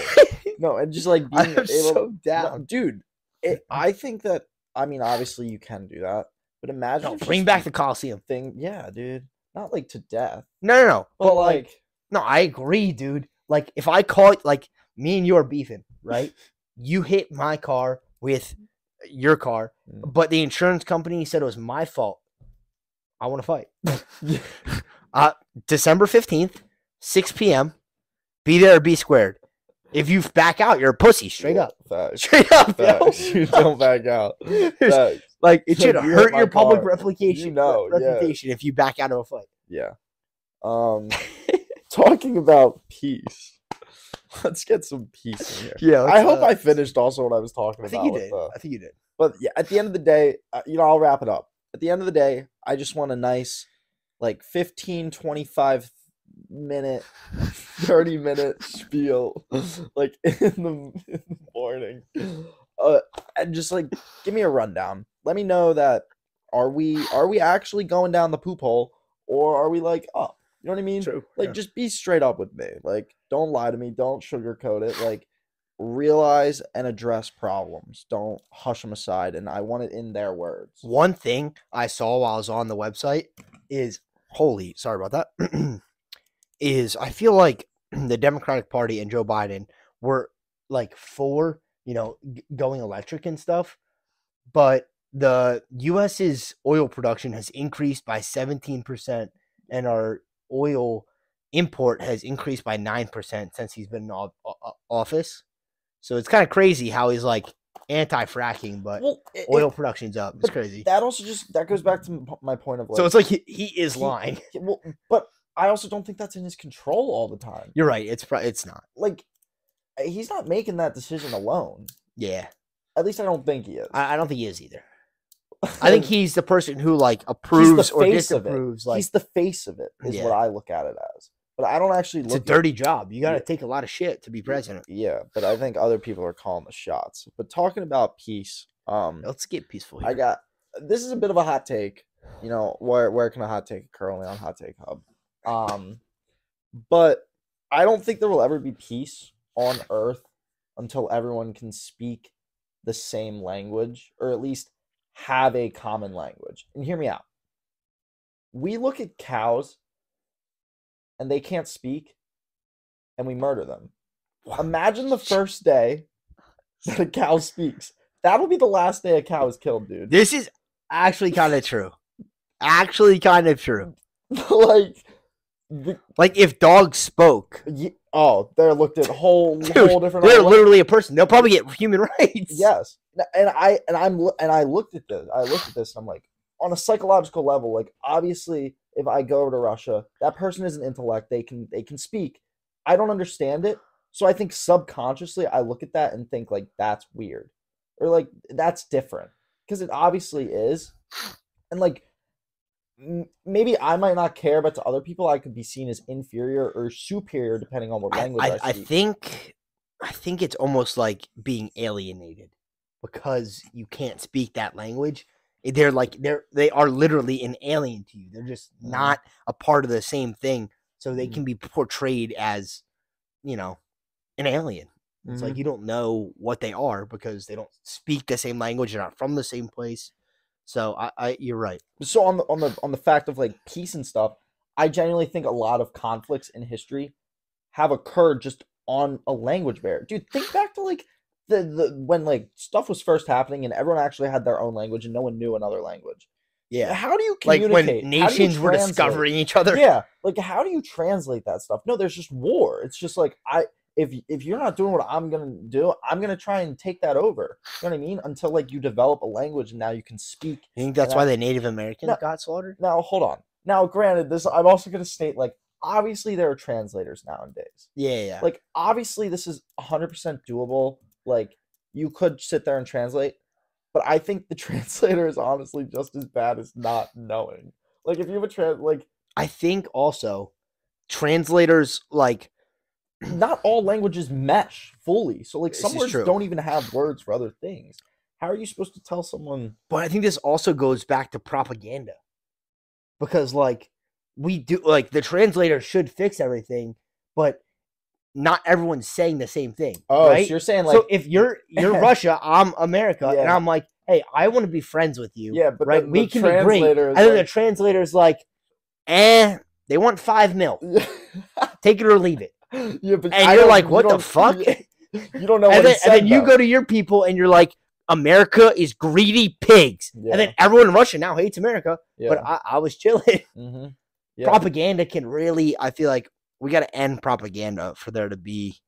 Speaker 2: no, and just like being
Speaker 1: I'm
Speaker 2: able
Speaker 1: so
Speaker 2: No,
Speaker 1: down.
Speaker 2: dude. It, I think that I mean obviously you can do that, but imagine
Speaker 1: No,
Speaker 2: if
Speaker 1: bring
Speaker 2: just
Speaker 1: back the Coliseum.
Speaker 2: thing. Yeah, dude. Not like to death,
Speaker 1: No, no, no.
Speaker 2: but, like,
Speaker 1: No, I agree, dude. Like if I call it like me and you are beefing, right? you hit my car with your car,
Speaker 2: Mm.
Speaker 1: but the insurance company said it was my fault. I want to fight. uh, December 15th, 6 p.m. Be there or be squared. If you back out, you're a pussy, straight
Speaker 2: yeah,
Speaker 1: up.
Speaker 2: Facts.
Speaker 1: Straight up, yo.
Speaker 2: Facts. You don't back out.
Speaker 1: There's-
Speaker 2: Facts.
Speaker 1: Like it
Speaker 2: Yo,
Speaker 1: should
Speaker 2: you hit
Speaker 1: hurt
Speaker 2: my
Speaker 1: your public
Speaker 2: car.
Speaker 1: replication,
Speaker 2: You know, yeah.
Speaker 1: reputation if you back out of a fight.
Speaker 2: Yeah. Um, talking about peace. Let's get some peace in here.
Speaker 1: Yeah,
Speaker 2: I hope I finished also what I was talking
Speaker 1: I
Speaker 2: about.
Speaker 1: think you
Speaker 2: with
Speaker 1: did.
Speaker 2: the-
Speaker 1: I think you did.
Speaker 2: but yeah, at the end of the day, uh, you know, I'll wrap it up. At the end of the day, I just want a nice, like 15, 25 minute, 30 minute spiel, like in the, in the morning. Uh, and just like, give me a rundown. Let me know that are we are we actually going down the poop hole or are we like up? You know what I mean?
Speaker 1: True.
Speaker 2: Like, just be straight up with me. Like, don't lie to me. Don't sugarcoat it. Like, realize and address problems. Don't hush them aside. And I want it in their words.
Speaker 1: One thing I saw while I was on the website is holy, sorry about that. is I feel like the Democratic Party and Joe Biden were like for, you know, g- going electric and stuff, but the US's oil production has increased by 17% and our oil import has increased by 9% since he's been in o- o- o- office. So it's kind of crazy how he's like anti-fracking but
Speaker 2: Well, it- it-
Speaker 1: oil production's up. It's
Speaker 2: but
Speaker 1: crazy.
Speaker 2: that also just that goes back to m- p- my point of like.
Speaker 1: so it's like he, he is
Speaker 2: he-
Speaker 1: lying.
Speaker 2: he- well, but I also don't think that's in his control all the time.
Speaker 1: You're right. It's pro- it's not.
Speaker 2: Like, uh, he's not making that decision alone.
Speaker 1: Yeah,
Speaker 2: At least I don't think he is.
Speaker 1: I, I don't think he is either. I think he's the person who like approves or
Speaker 2: face of it.
Speaker 1: disapproves. Like
Speaker 2: he's the face of it, is
Speaker 1: Yeah.
Speaker 2: what I look at it as. But I don't actually
Speaker 1: it's
Speaker 2: look
Speaker 1: a
Speaker 2: at-
Speaker 1: dirty job. You got to
Speaker 2: Yeah.
Speaker 1: take a lot of shit to be president.
Speaker 2: Yeah, but I think other people are calling the shots. But talking about peace, um,
Speaker 1: Let's get peaceful here.
Speaker 2: I got this is a bit of a hot take. You know, where where can a hot take occur only on Hot Take Hub? Um, but I don't think there will ever be peace on Earth until everyone can speak the same language, or at least have a common language. And hear me out. We look at cows, and they can't speak, and we murder them. Imagine the first day that a cow speaks. That'll be the last day a cow is killed, dude.
Speaker 1: This is actually kind of true. Actually, kind of true.
Speaker 2: like, the,
Speaker 1: Like if dogs spoke,
Speaker 2: ye- oh, they're looked at whole
Speaker 1: Dude,
Speaker 2: whole different.
Speaker 1: they're
Speaker 2: other way.
Speaker 1: literally a person. They'll probably get human rights.
Speaker 2: yes, N- and I and I'm lo- and I looked at this. I looked at this, and I'm like, on a psychological level, like obviously, if I go over to Russia, that person is an intellect. They can they can speak. I don't understand it, so I think subconsciously I look at that and think like that's weird, or like that's different because it obviously is, and like. m- Maybe I might not care, but to other people, I could be seen as inferior or superior depending on what
Speaker 1: I,
Speaker 2: language
Speaker 1: I,
Speaker 2: I,
Speaker 1: I
Speaker 2: speak.
Speaker 1: think I think it's almost like being alienated because you can't speak that language. Eh, They're like they're they are literally an alien to you. They're just
Speaker 2: Mhm.
Speaker 1: not a part of the same thing. So they
Speaker 2: Mhm.
Speaker 1: can be portrayed as, you know, an alien. It's
Speaker 2: Mm-hmm.
Speaker 1: like you don't know what they are because they don't speak the same language. They're not from the same place. So I, I you're right.
Speaker 2: so on the on the on the fact of like peace and stuff, I genuinely think a lot of conflicts in history have occurred just on a language barrier. Dude, think back to like the, the when like stuff was first happening and everyone actually had their own language and no one knew another language.
Speaker 1: Yeah.
Speaker 2: How do you
Speaker 1: Like when
Speaker 2: communicate? How do you
Speaker 1: nations were
Speaker 2: translate?
Speaker 1: discovering each other.
Speaker 2: Yeah, like how do you translate that stuff? No, there's just war. It's just like I if y- if you're not doing what I'm gonna do, I'm gonna try and take that over. You know what I mean? Until like you develop a language and now you can speak
Speaker 1: You think that's
Speaker 2: I-
Speaker 1: why the Native Americans
Speaker 2: No.
Speaker 1: got slaughtered?
Speaker 2: now, hold on. Now, granted, this I'm also going to state like obviously there are translators nowadays.
Speaker 1: Yeah, yeah, yeah.
Speaker 2: Like obviously this is 100% doable. Like you could sit there and translate, but I think the translator is honestly just as bad as not knowing. Like if you have a trans like
Speaker 1: I think also translators like
Speaker 2: not all languages mesh fully. So like
Speaker 1: This
Speaker 2: some
Speaker 1: is
Speaker 2: words
Speaker 1: true.
Speaker 2: don't even have words for other things. How are you supposed to tell someone
Speaker 1: but I think this also goes back to propaganda. Because like we do like the translator should fix everything, but not everyone's saying the same thing.
Speaker 2: Oh,
Speaker 1: right?
Speaker 2: so you're saying like
Speaker 1: so if you're you're Russia, I'm America, and
Speaker 2: Yeah.
Speaker 1: I'm like, hey, I want to be friends with you.
Speaker 2: yeah, but
Speaker 1: right?
Speaker 2: then
Speaker 1: We
Speaker 2: the
Speaker 1: can be great.
Speaker 2: translator
Speaker 1: And
Speaker 2: is
Speaker 1: then the
Speaker 2: like-
Speaker 1: translator's like, eh, they want five mil. Take it or leave it.
Speaker 2: yeah, but
Speaker 1: And
Speaker 2: I
Speaker 1: you're
Speaker 2: don't-
Speaker 1: like,
Speaker 2: you
Speaker 1: what the
Speaker 2: don't-
Speaker 1: fuck?
Speaker 2: You don't know what
Speaker 1: and then,
Speaker 2: he
Speaker 1: and
Speaker 2: said,
Speaker 1: then you
Speaker 2: though.
Speaker 1: go to your people and you're like, America is greedy pigs. And then everyone in Russia now hates America.
Speaker 2: yeah.
Speaker 1: But I, I was chilling.
Speaker 2: hmm yeah.
Speaker 1: Propaganda can really, I feel like we got to end propaganda for there to be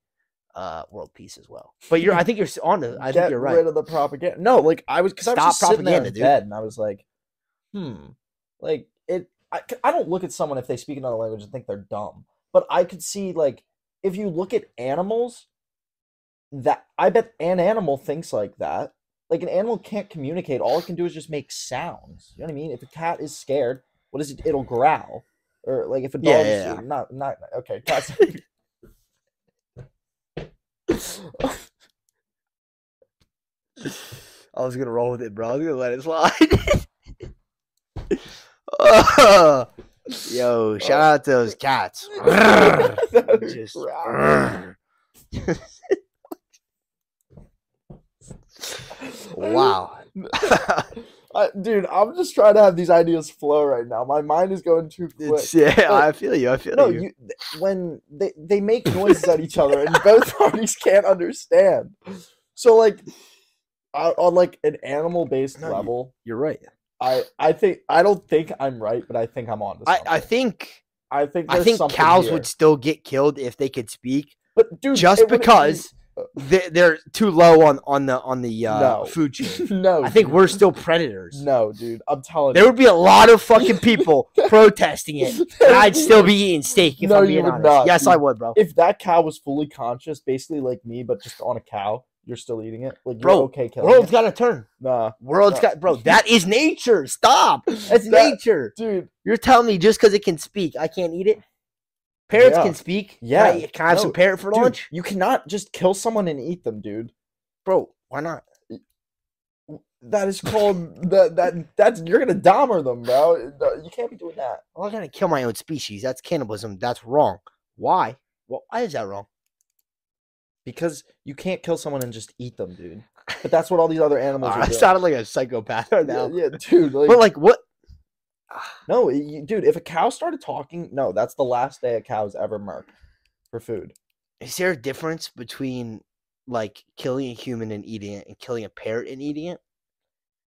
Speaker 1: uh, world peace as well. But you're, I think you're s- on to, I think
Speaker 2: Get
Speaker 1: you're
Speaker 2: rid
Speaker 1: right.
Speaker 2: of the propaganda. No, like I was because I was
Speaker 1: Stop
Speaker 2: just sitting there
Speaker 1: propaganda,
Speaker 2: in
Speaker 1: dude.
Speaker 2: bed and I was like, hmm, like it. I, c- I don't look at someone if they speak another language and think they're dumb, but I could see like if you look at animals, that I bet an animal thinks like that. Like an animal can't communicate. All it can do is just make sounds. You know what I mean? If a cat is scared, what is it? It'll growl. Or like if a dog
Speaker 1: Yeah,
Speaker 2: is
Speaker 1: yeah, yeah.
Speaker 2: not not okay. Cats.
Speaker 1: I was going to roll with it, bro. I was going to let it slide. Yo, shout out to those cats.
Speaker 2: That was
Speaker 1: Just-
Speaker 2: growl.
Speaker 1: Grrr. wow.
Speaker 2: I, dude, I'm just trying to have these ideas flow right now. My mind is going too quick.
Speaker 1: It's, yeah, I feel you. I feel
Speaker 2: no,
Speaker 1: you.
Speaker 2: you. th- when they, they make noises at each other and both parties can't understand. So like on, on like an animal based
Speaker 1: No, you-
Speaker 2: level,
Speaker 1: You're right.
Speaker 2: I I think I don't think I'm right, but I think I'm on to
Speaker 1: I,
Speaker 2: something.
Speaker 1: I think
Speaker 2: I think
Speaker 1: I
Speaker 2: there's
Speaker 1: think
Speaker 2: something
Speaker 1: cows
Speaker 2: here.
Speaker 1: would still get killed if they could speak,
Speaker 2: but dude, it
Speaker 1: just
Speaker 2: wouldn't be-
Speaker 1: because they, they're too low on on the on the uh,
Speaker 2: No.
Speaker 1: food chain.
Speaker 2: no,
Speaker 1: I think
Speaker 2: dude.
Speaker 1: we're still predators.
Speaker 2: no, dude. I'm telling
Speaker 1: There
Speaker 2: you,
Speaker 1: would be a lot of fucking people protesting it,
Speaker 2: There
Speaker 1: and I'd
Speaker 2: would be-
Speaker 1: still be eating steak if
Speaker 2: No,
Speaker 1: I'm
Speaker 2: you
Speaker 1: being
Speaker 2: would
Speaker 1: honest.
Speaker 2: not,
Speaker 1: yes,
Speaker 2: dude.
Speaker 1: I would, bro.
Speaker 2: if that cow was fully conscious, basically like me, but just on a cow, you're still eating it. Like
Speaker 1: Bro,
Speaker 2: you're okay killing
Speaker 1: World's
Speaker 2: it.
Speaker 1: got to turn.
Speaker 2: Nah,
Speaker 1: World's
Speaker 2: No.
Speaker 1: got bro. That is nature. Stop. That's
Speaker 2: That-
Speaker 1: nature.
Speaker 2: dude.
Speaker 1: You're telling me just because it can speak, I can't eat it. Parents
Speaker 2: Yeah.
Speaker 1: can speak. Can
Speaker 2: Yeah.
Speaker 1: I- can I have some
Speaker 2: No,
Speaker 1: parrot for
Speaker 2: dude,
Speaker 1: lunch,
Speaker 2: you cannot just kill someone and eat them, dude.
Speaker 1: bro? Why not?
Speaker 2: That is called that that that's you're gonna Dahmer them, bro. No, You can't be doing that.
Speaker 1: Well, I gotta kill my own species. That's cannibalism. That's wrong. Why? Well, why is that wrong?
Speaker 2: Because you can't kill someone and just eat them, dude. But that's what all these other animals
Speaker 1: Uh,
Speaker 2: are
Speaker 1: I
Speaker 2: doing.
Speaker 1: sounded like a psychopath right
Speaker 2: yeah,
Speaker 1: now.
Speaker 2: yeah, dude. Like,
Speaker 1: But like, what?
Speaker 2: no, it- you, dude. If a cow started talking, no, that's the last day a cow's ever marked for food.
Speaker 1: Is there a difference between like killing a human and eating it, and killing a parrot and eating it?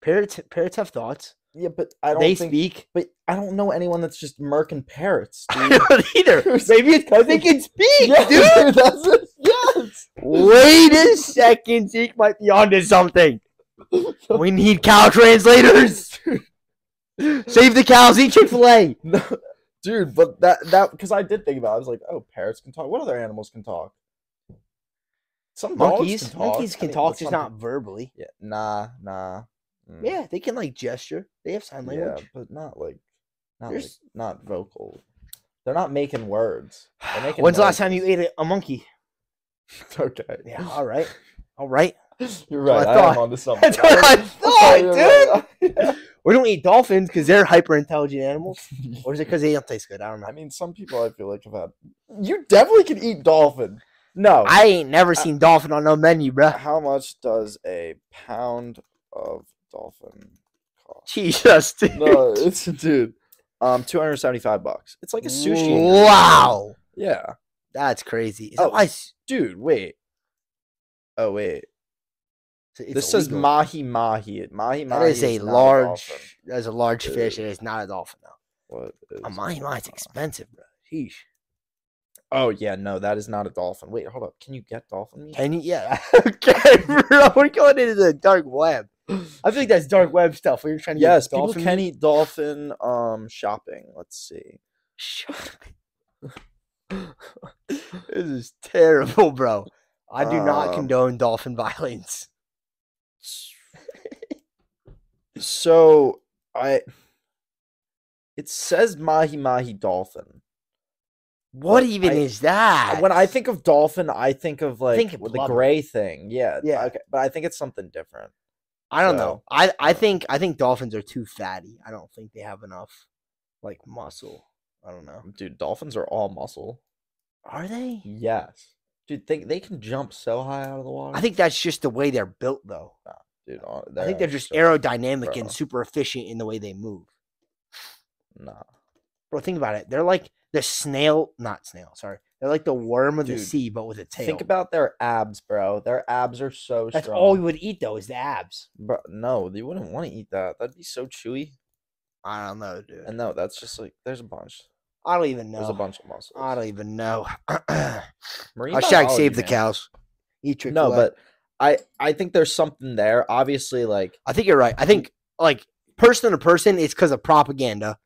Speaker 1: Parrots, parrots have thoughts.
Speaker 2: Yeah, but I don't
Speaker 1: They
Speaker 2: think.
Speaker 1: speak.
Speaker 2: But I don't know anyone that's just murking parrots,
Speaker 1: I
Speaker 2: dude.
Speaker 1: don't either. Maybe it's because they can speak,
Speaker 2: yeah,
Speaker 1: dude.
Speaker 2: dude, that's it. Yes.
Speaker 1: Wait a second, Zeke might be onto something. We need cow translators. Save the cows, eat Chick Fil A.
Speaker 2: No, dude, but that that because I did think about. it. I was like, oh, parrots can talk. What other animals can talk? Some dogs
Speaker 1: Monkeys,
Speaker 2: can talk.
Speaker 1: monkeys
Speaker 2: I
Speaker 1: can
Speaker 2: mean,
Speaker 1: talk,
Speaker 2: but
Speaker 1: just
Speaker 2: some-
Speaker 1: not verbally.
Speaker 2: Yeah, nah, nah. mm,
Speaker 1: Yeah, they can like gesture. They have sign
Speaker 2: yeah,
Speaker 1: language.
Speaker 2: but not like, not like,
Speaker 1: There's-
Speaker 2: not vocal. They're not making words. They're making
Speaker 1: When's the last time you
Speaker 2: noises.
Speaker 1: ate a, a monkey?
Speaker 2: Okay.
Speaker 1: Yeah, all right, all right.
Speaker 2: You're
Speaker 1: what
Speaker 2: right.
Speaker 1: I
Speaker 2: I, am
Speaker 1: thought.
Speaker 2: onto something.
Speaker 1: That's what I thought, dude.
Speaker 2: dude.
Speaker 1: We don't eat dolphins because they're hyper intelligent animals, or is it because they don't taste good? I don't
Speaker 2: I
Speaker 1: know.
Speaker 2: mean, some people I feel like have had. You definitely can eat dolphin. No.
Speaker 1: I ain't never
Speaker 2: Uh,
Speaker 1: seen dolphin on no menu, bruh.
Speaker 2: How much does a pound of dolphin cost?
Speaker 1: Jesus, dude.
Speaker 2: No, it's dude. Um, two hundred seventy-five bucks. It's like a sushi. ingredient.
Speaker 1: Wow,
Speaker 2: Yeah,
Speaker 1: that's crazy. Is
Speaker 2: Oh,
Speaker 1: that why s-
Speaker 2: dude. Wait. Oh wait.
Speaker 1: it's
Speaker 2: this says
Speaker 1: illegal?
Speaker 2: mahi mahi. Mahi mahi.
Speaker 1: That is a
Speaker 2: not
Speaker 1: large.
Speaker 2: dolphin.
Speaker 1: that is a large fish. It is not a dolphin though.
Speaker 2: What is
Speaker 1: A mine line's expensive, bro. Sheesh.
Speaker 2: Oh yeah, no, that is not a dolphin. Wait, hold up. Can you get dolphin meat?
Speaker 1: Can you? Yeah. okay, bro. We're going into the dark web. I feel like that's dark web stuff. Where you're trying to get
Speaker 2: yes, people
Speaker 1: dolphin
Speaker 2: can
Speaker 1: meat.
Speaker 2: eat dolphin. Um, shopping. Let's see.
Speaker 1: Shut up. this is terrible, bro. I do not
Speaker 2: Um,
Speaker 1: condone dolphin violence.
Speaker 2: So I. It says mahi mahi dolphin.
Speaker 1: What
Speaker 2: but
Speaker 1: even
Speaker 2: I-
Speaker 1: is that?
Speaker 2: When I think of dolphin, I think of like
Speaker 1: think of
Speaker 2: w- the
Speaker 1: blubber.
Speaker 2: gray thing. Yeah.
Speaker 1: Yeah.
Speaker 2: Okay, but I think it's something different.
Speaker 1: I don't
Speaker 2: so,
Speaker 1: know. I, I think I think dolphins are too fatty. I don't think they have enough like muscle. I don't know.
Speaker 2: Dude, dolphins are all muscle.
Speaker 1: Are they?
Speaker 2: Yes. Dude, think they can jump so high out of the water.
Speaker 1: I think that's just the way they're built, though.
Speaker 2: Dude, hon-
Speaker 1: I think they're just
Speaker 2: so-
Speaker 1: aerodynamic
Speaker 2: bro.
Speaker 1: and super efficient in the way they move.
Speaker 2: Nah.
Speaker 1: Bro, think about it. They're like the snail, not snail, sorry. They're like the worm of the
Speaker 2: Dude,
Speaker 1: sea, but with a tail.
Speaker 2: Think about their abs, bro. Their abs are so
Speaker 1: that's
Speaker 2: strong.
Speaker 1: all we would eat though is the abs.
Speaker 2: Bro, no, you wouldn't want to eat that. That'd be so chewy.
Speaker 1: I don't know, dude.
Speaker 2: And no, that's just like there's a bunch.
Speaker 1: I don't even know.
Speaker 2: There's a bunch of muscles.
Speaker 1: I don't even know. Hashtag
Speaker 2: Marine
Speaker 1: save
Speaker 2: biology,
Speaker 1: the
Speaker 2: man.
Speaker 1: cows. Eat your
Speaker 2: No, but I I think there's something there. Obviously, like
Speaker 1: I think you're right. I think like person to person, it's because of propaganda.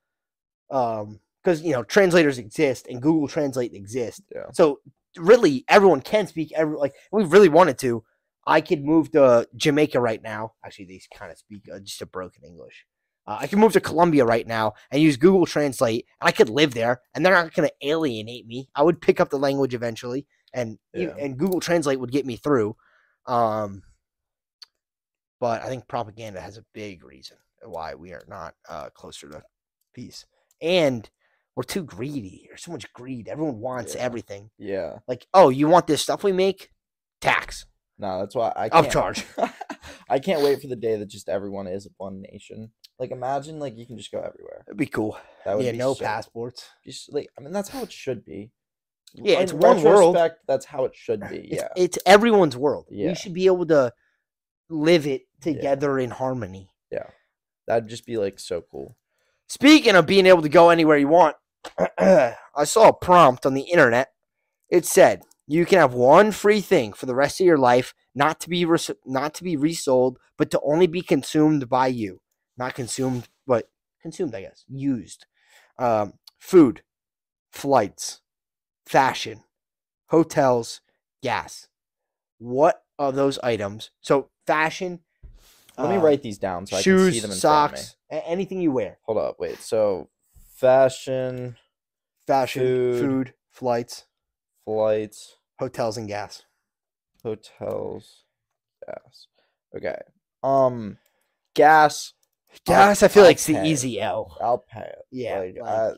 Speaker 1: Um, because you know translators exist and Google Translate exists.
Speaker 2: Yeah.
Speaker 1: So really, everyone can speak. Every like if we really wanted to. I could move to Jamaica right now. Actually, they kind of speak uh, just a broken English. Uh, I could move to Colombia right now and use Google Translate, and I could live there, and they're not going to alienate me. I would pick up the language eventually, and e-
Speaker 2: Yeah.
Speaker 1: and Google Translate would get me through. Um, but I think propaganda has a big reason why we are not uh, closer to peace, and we're too greedy. There's so much greed. Everyone wants
Speaker 2: Yeah.
Speaker 1: everything.
Speaker 2: yeah.
Speaker 1: Like, oh, you want this stuff we make? Tax
Speaker 2: No, that's why I can't.
Speaker 1: upcharge.
Speaker 2: I can't wait for the day that just everyone is one nation. Like imagine like you can just go everywhere.
Speaker 1: It'd be cool.
Speaker 2: That would
Speaker 1: yeah,
Speaker 2: be
Speaker 1: no
Speaker 2: so-
Speaker 1: passports.
Speaker 2: be s- Like I mean that's how it should be.
Speaker 1: Yeah,
Speaker 2: In
Speaker 1: it's one world.
Speaker 2: retrospect, That's how it should be.
Speaker 1: It's,
Speaker 2: Yeah.
Speaker 1: it's everyone's world.
Speaker 2: Yeah.
Speaker 1: We should be able to live it
Speaker 2: Yeah.
Speaker 1: together in harmony.
Speaker 2: That'd just be like so cool.
Speaker 1: Speaking of being able to go anywhere you want, I saw a prompt on the internet. It said you can have one free thing for the rest of your life, not to be res- not to be resold, but to only be consumed by you. Not consumed, but consumed, I guess. Used. Um, food, flights, fashion, hotels, gas. What are those items? So fashion.
Speaker 2: Let me
Speaker 1: uh,
Speaker 2: write these down so I can see
Speaker 1: shoes,
Speaker 2: them in front of me.
Speaker 1: socks, a- anything you wear.
Speaker 2: Hold up, wait. So, fashion,
Speaker 1: Fashion,
Speaker 2: Food.
Speaker 1: food, flights,
Speaker 2: flights,
Speaker 1: hotels, and gas.
Speaker 2: hotels, gas. Okay. Um, gas.
Speaker 1: Gas, I feel like it's the
Speaker 2: Okay.
Speaker 1: easy L.
Speaker 2: I'll pay it.
Speaker 1: Yeah.
Speaker 2: Like,
Speaker 1: like-
Speaker 2: uh,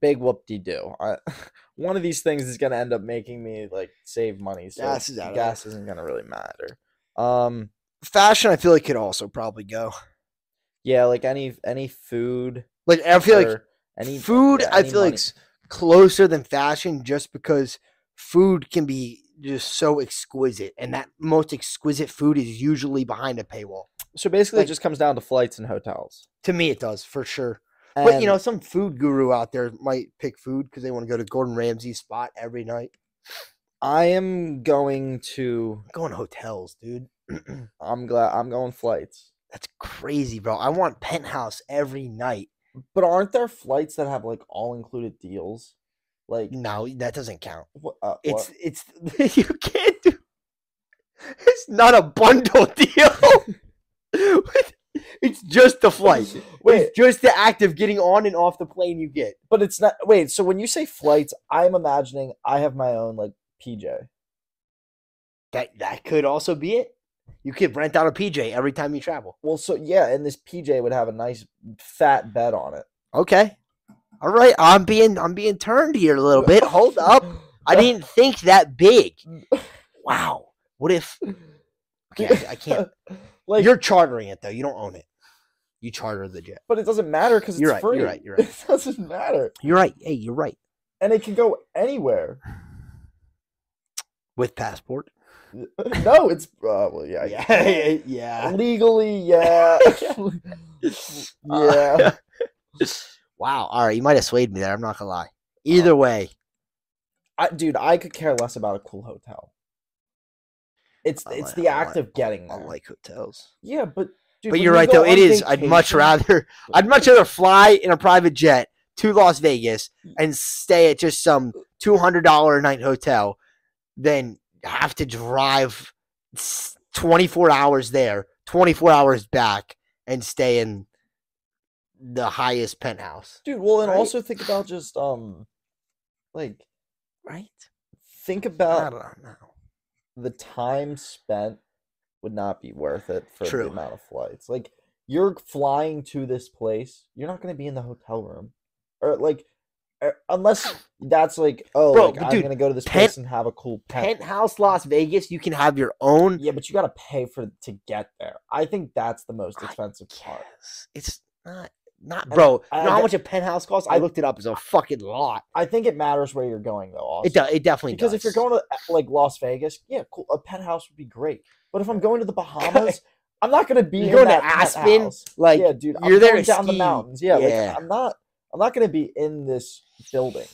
Speaker 2: big whoop de doo. One of these things is gonna end up making me like save money. So
Speaker 1: Gas is out of there.
Speaker 2: gas isn't gonna really matter. Um,
Speaker 1: fashion, I feel like could also probably go.
Speaker 2: yeah, like any any food.
Speaker 1: Like I feel like
Speaker 2: or any
Speaker 1: food,
Speaker 2: yeah,
Speaker 1: I
Speaker 2: any
Speaker 1: feel like
Speaker 2: money-
Speaker 1: like's closer than fashion, just because food can be just so exquisite, and that most exquisite food is usually behind a paywall.
Speaker 2: so basically
Speaker 1: like-
Speaker 2: it just comes down to flights and hotels.
Speaker 1: To me, it does for sure. But
Speaker 2: And-
Speaker 1: you know, some food guru out there might pick food because they want to go to Gordon Ramsay's spot every night.
Speaker 2: I am going to.
Speaker 1: I'm going to hotels, dude.
Speaker 2: I'm glad I'm going flights.
Speaker 1: That's crazy, bro. I want penthouse every night.
Speaker 2: But aren't there flights that have like all included deals? Like
Speaker 1: No, that doesn't count.
Speaker 2: wh- uh, what?
Speaker 1: Mm. It's it's you can't do. It's not a bundle deal. it's just the flight.
Speaker 2: wait,
Speaker 1: It's just the act of getting on and off the plane you get.
Speaker 2: but it's not. Wait, so when you say flights, I'm imagining I have my own like PJ.
Speaker 1: That that could also be it. You could rent out a PJ every time you travel.
Speaker 2: Well, so yeah, and this PJ would have a nice fat bed on it.
Speaker 1: Okay. All right, I'm being I'm being turned here a little bit. Hold up. I didn't think that big. Wow. What if Okay, I, I can't.
Speaker 2: like,
Speaker 1: you're chartering it though. You don't own it. You charter the jet.
Speaker 2: but it doesn't matter because it's
Speaker 1: You're right, you're
Speaker 2: free.
Speaker 1: right, you're right.
Speaker 2: It doesn't matter,
Speaker 1: You're right. Hey, you're right.
Speaker 2: and it can go anywhere.
Speaker 1: With passport.
Speaker 2: No, it's uh, well, yeah,
Speaker 1: Yeah. yeah.
Speaker 2: legally, yeah, yeah.
Speaker 1: Uh, wow. All right. You might have swayed me there. I'm not going to lie. Oh. Either way,
Speaker 2: I, dude, I could care less about a cool hotel. It's
Speaker 1: I
Speaker 2: it's
Speaker 1: like-
Speaker 2: the
Speaker 1: I
Speaker 2: act
Speaker 1: like-
Speaker 2: of getting
Speaker 1: I
Speaker 2: there.
Speaker 1: like hotels.
Speaker 2: yeah, but
Speaker 1: but
Speaker 2: dude, when
Speaker 1: you're
Speaker 2: you
Speaker 1: right,
Speaker 2: go
Speaker 1: though. It
Speaker 2: on
Speaker 1: is. I'd much
Speaker 2: vacation-
Speaker 1: rather. I'd much rather fly in a private jet to Las Vegas and stay at just some $200 a night hotel than have to drive s- 24 hours there, 24 hours back, and stay in the highest penthouse.
Speaker 2: dude. Well, and
Speaker 1: Right?
Speaker 2: also think about just um, like
Speaker 1: Right?
Speaker 2: think
Speaker 1: I
Speaker 2: about
Speaker 1: don't know.
Speaker 2: the time spent would not be worth it for
Speaker 1: True.
Speaker 2: the amount of flights. Like you're flying to this place, you're not going to be in the hotel room, or like uh, unless that's like oh,
Speaker 1: Bro,
Speaker 2: like,
Speaker 1: but
Speaker 2: I'm
Speaker 1: dude,
Speaker 2: going to go to this
Speaker 1: tent-
Speaker 2: place and have a cool pet.
Speaker 1: Penthouse Las Vegas, you can have your own.
Speaker 2: Yeah, but you gotta pay for to get there. I think that's the most
Speaker 1: I
Speaker 2: expensive part.
Speaker 1: Yes. It's not not
Speaker 2: And
Speaker 1: bro.
Speaker 2: I-
Speaker 1: you know
Speaker 2: I
Speaker 1: how
Speaker 2: get-
Speaker 1: much a penthouse costs? I,
Speaker 2: I-
Speaker 1: looked it up. It's a fucking lot.
Speaker 2: I think it matters where you're going though. Also.
Speaker 1: It does. It definitely
Speaker 2: because if you're
Speaker 1: does.
Speaker 2: going to uh, like Las Vegas, yeah, cool. A penthouse would be great. But if I'm going to the Bahamas, I'm not gonna be
Speaker 1: You're
Speaker 2: in
Speaker 1: going to
Speaker 2: that
Speaker 1: Aspen,
Speaker 2: penthouse.
Speaker 1: like
Speaker 2: yeah, dude, I'm
Speaker 1: you're there
Speaker 2: going
Speaker 1: to
Speaker 2: down the
Speaker 1: ski.
Speaker 2: mountains. Yeah,
Speaker 1: Yeah.
Speaker 2: Like, I'm not. I'm not gonna be in this building.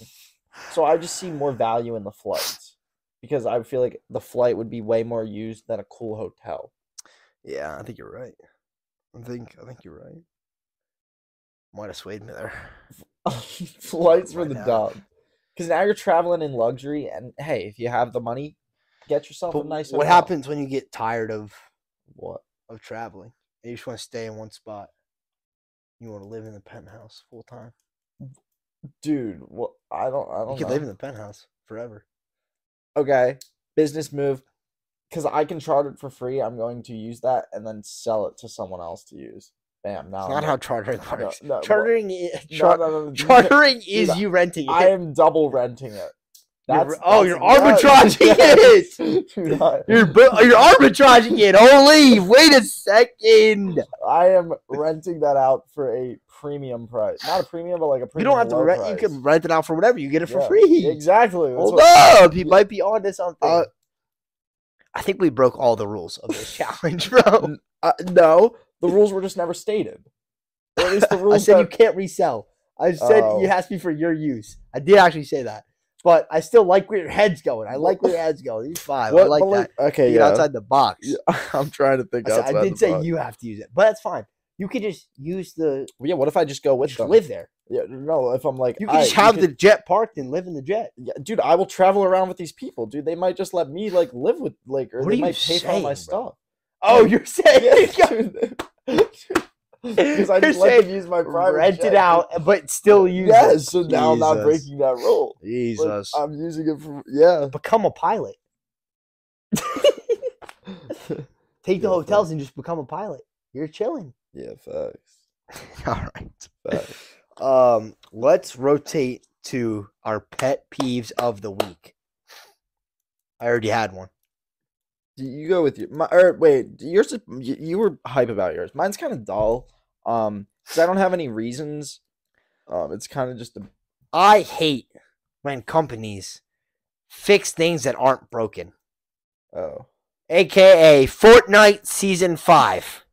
Speaker 2: So I just see more value in the flights because I feel like the flight would be way more used than a cool hotel.
Speaker 1: yeah, I think you're right. I think I think you're right. Might have swayed me there.
Speaker 2: flights for
Speaker 1: Right
Speaker 2: the
Speaker 1: now.
Speaker 2: dub. Because now you're traveling in luxury, and hey, if you have the money, get yourself
Speaker 1: But
Speaker 2: a nice.
Speaker 1: what
Speaker 2: hotel.
Speaker 1: happens when you get tired of
Speaker 2: What?
Speaker 1: of traveling and you just want to stay in one spot? You want to live in the penthouse full time.
Speaker 2: dude? What? I don't. I don't.
Speaker 1: You could
Speaker 2: know.
Speaker 1: live in the penthouse forever.
Speaker 2: okay, business move. Because I can charter it for free. I'm going to use that and then sell it to someone else to use. Bam. Now
Speaker 1: It's
Speaker 2: I'm
Speaker 1: not
Speaker 2: a-
Speaker 1: how chartering
Speaker 2: no,
Speaker 1: works.
Speaker 2: no, well,
Speaker 1: chartering, i-
Speaker 2: no,
Speaker 1: char-
Speaker 2: no, no, no, you can't-
Speaker 1: chartering is
Speaker 2: I-
Speaker 1: you renting it.
Speaker 2: I am double renting it.
Speaker 1: You're
Speaker 2: That's,
Speaker 1: r- oh,
Speaker 2: that's-
Speaker 1: you're
Speaker 2: yes,
Speaker 1: arbitraging
Speaker 2: yes, dude, I-
Speaker 1: You're bu- you're arbitraging it. Holy, wait a second.
Speaker 2: I am renting that out for a premium price. Not a premium, but like a
Speaker 1: You
Speaker 2: premium.
Speaker 1: don't have to
Speaker 2: low
Speaker 1: rent.
Speaker 2: Price.
Speaker 1: You can rent it out for whatever. You get it for
Speaker 2: Yeah,
Speaker 1: free.
Speaker 2: Exactly. that's
Speaker 1: Hold
Speaker 2: what-
Speaker 1: up, you
Speaker 2: Yeah.
Speaker 1: might be on to something.
Speaker 2: Uh,
Speaker 1: I think we broke all the rules of this challenge, bro.
Speaker 2: uh, no, the rules were just never stated. Or at least the
Speaker 1: I
Speaker 2: rules
Speaker 1: said you
Speaker 2: that
Speaker 1: can't resell. I said
Speaker 2: Oh.
Speaker 1: you asked me for your use. I did actually say that, but I still like where your head's going. I like where your head's going. You're fine. I
Speaker 2: What-
Speaker 1: like
Speaker 2: but
Speaker 1: that.
Speaker 2: like- Okay,
Speaker 1: You're
Speaker 2: yeah.
Speaker 1: outside the box.
Speaker 2: Yeah, I'm trying to think.
Speaker 1: I, said- I
Speaker 2: outside
Speaker 1: did
Speaker 2: the
Speaker 1: say
Speaker 2: box.
Speaker 1: you have to use it, but that's fine. You could just use the
Speaker 2: Well, yeah. What if I just go with
Speaker 1: just
Speaker 2: them?
Speaker 1: live there.
Speaker 2: Yeah, no. If I'm like,
Speaker 1: You could just have the jet parked and live in the jet.
Speaker 2: the. dude, I will travel around with these people, dude. They might just let me like live with like, or
Speaker 1: What are
Speaker 2: they
Speaker 1: you
Speaker 2: might pay for all my
Speaker 1: saying, bro?
Speaker 2: stuff. Oh, you're saying? Because I
Speaker 1: You're
Speaker 2: just let
Speaker 1: saying
Speaker 2: them use my private
Speaker 1: Rent
Speaker 2: jet,
Speaker 1: it
Speaker 2: dude.
Speaker 1: out, but still use
Speaker 2: Yeah,
Speaker 1: it.
Speaker 2: so now I'm not
Speaker 1: Jesus.
Speaker 2: breaking that rule. Like,
Speaker 1: Jesus.
Speaker 2: I'm using it for yeah.
Speaker 1: become a pilot. Take the
Speaker 2: Yeah,
Speaker 1: hotels and just become a pilot. You're chilling.
Speaker 2: yeah, facts.
Speaker 1: All right.
Speaker 2: Facts.
Speaker 1: Um, let's rotate to our pet peeves of the week. I already had one.
Speaker 2: You- You go with your my, or wait, yours is- you, you were hype about yours. Mine's kind of dull. Um, because I don't have any reasons. Um, it's kind of just a
Speaker 1: I hate when companies fix things that aren't broken.
Speaker 2: oh
Speaker 1: AKA Fortnite season 5.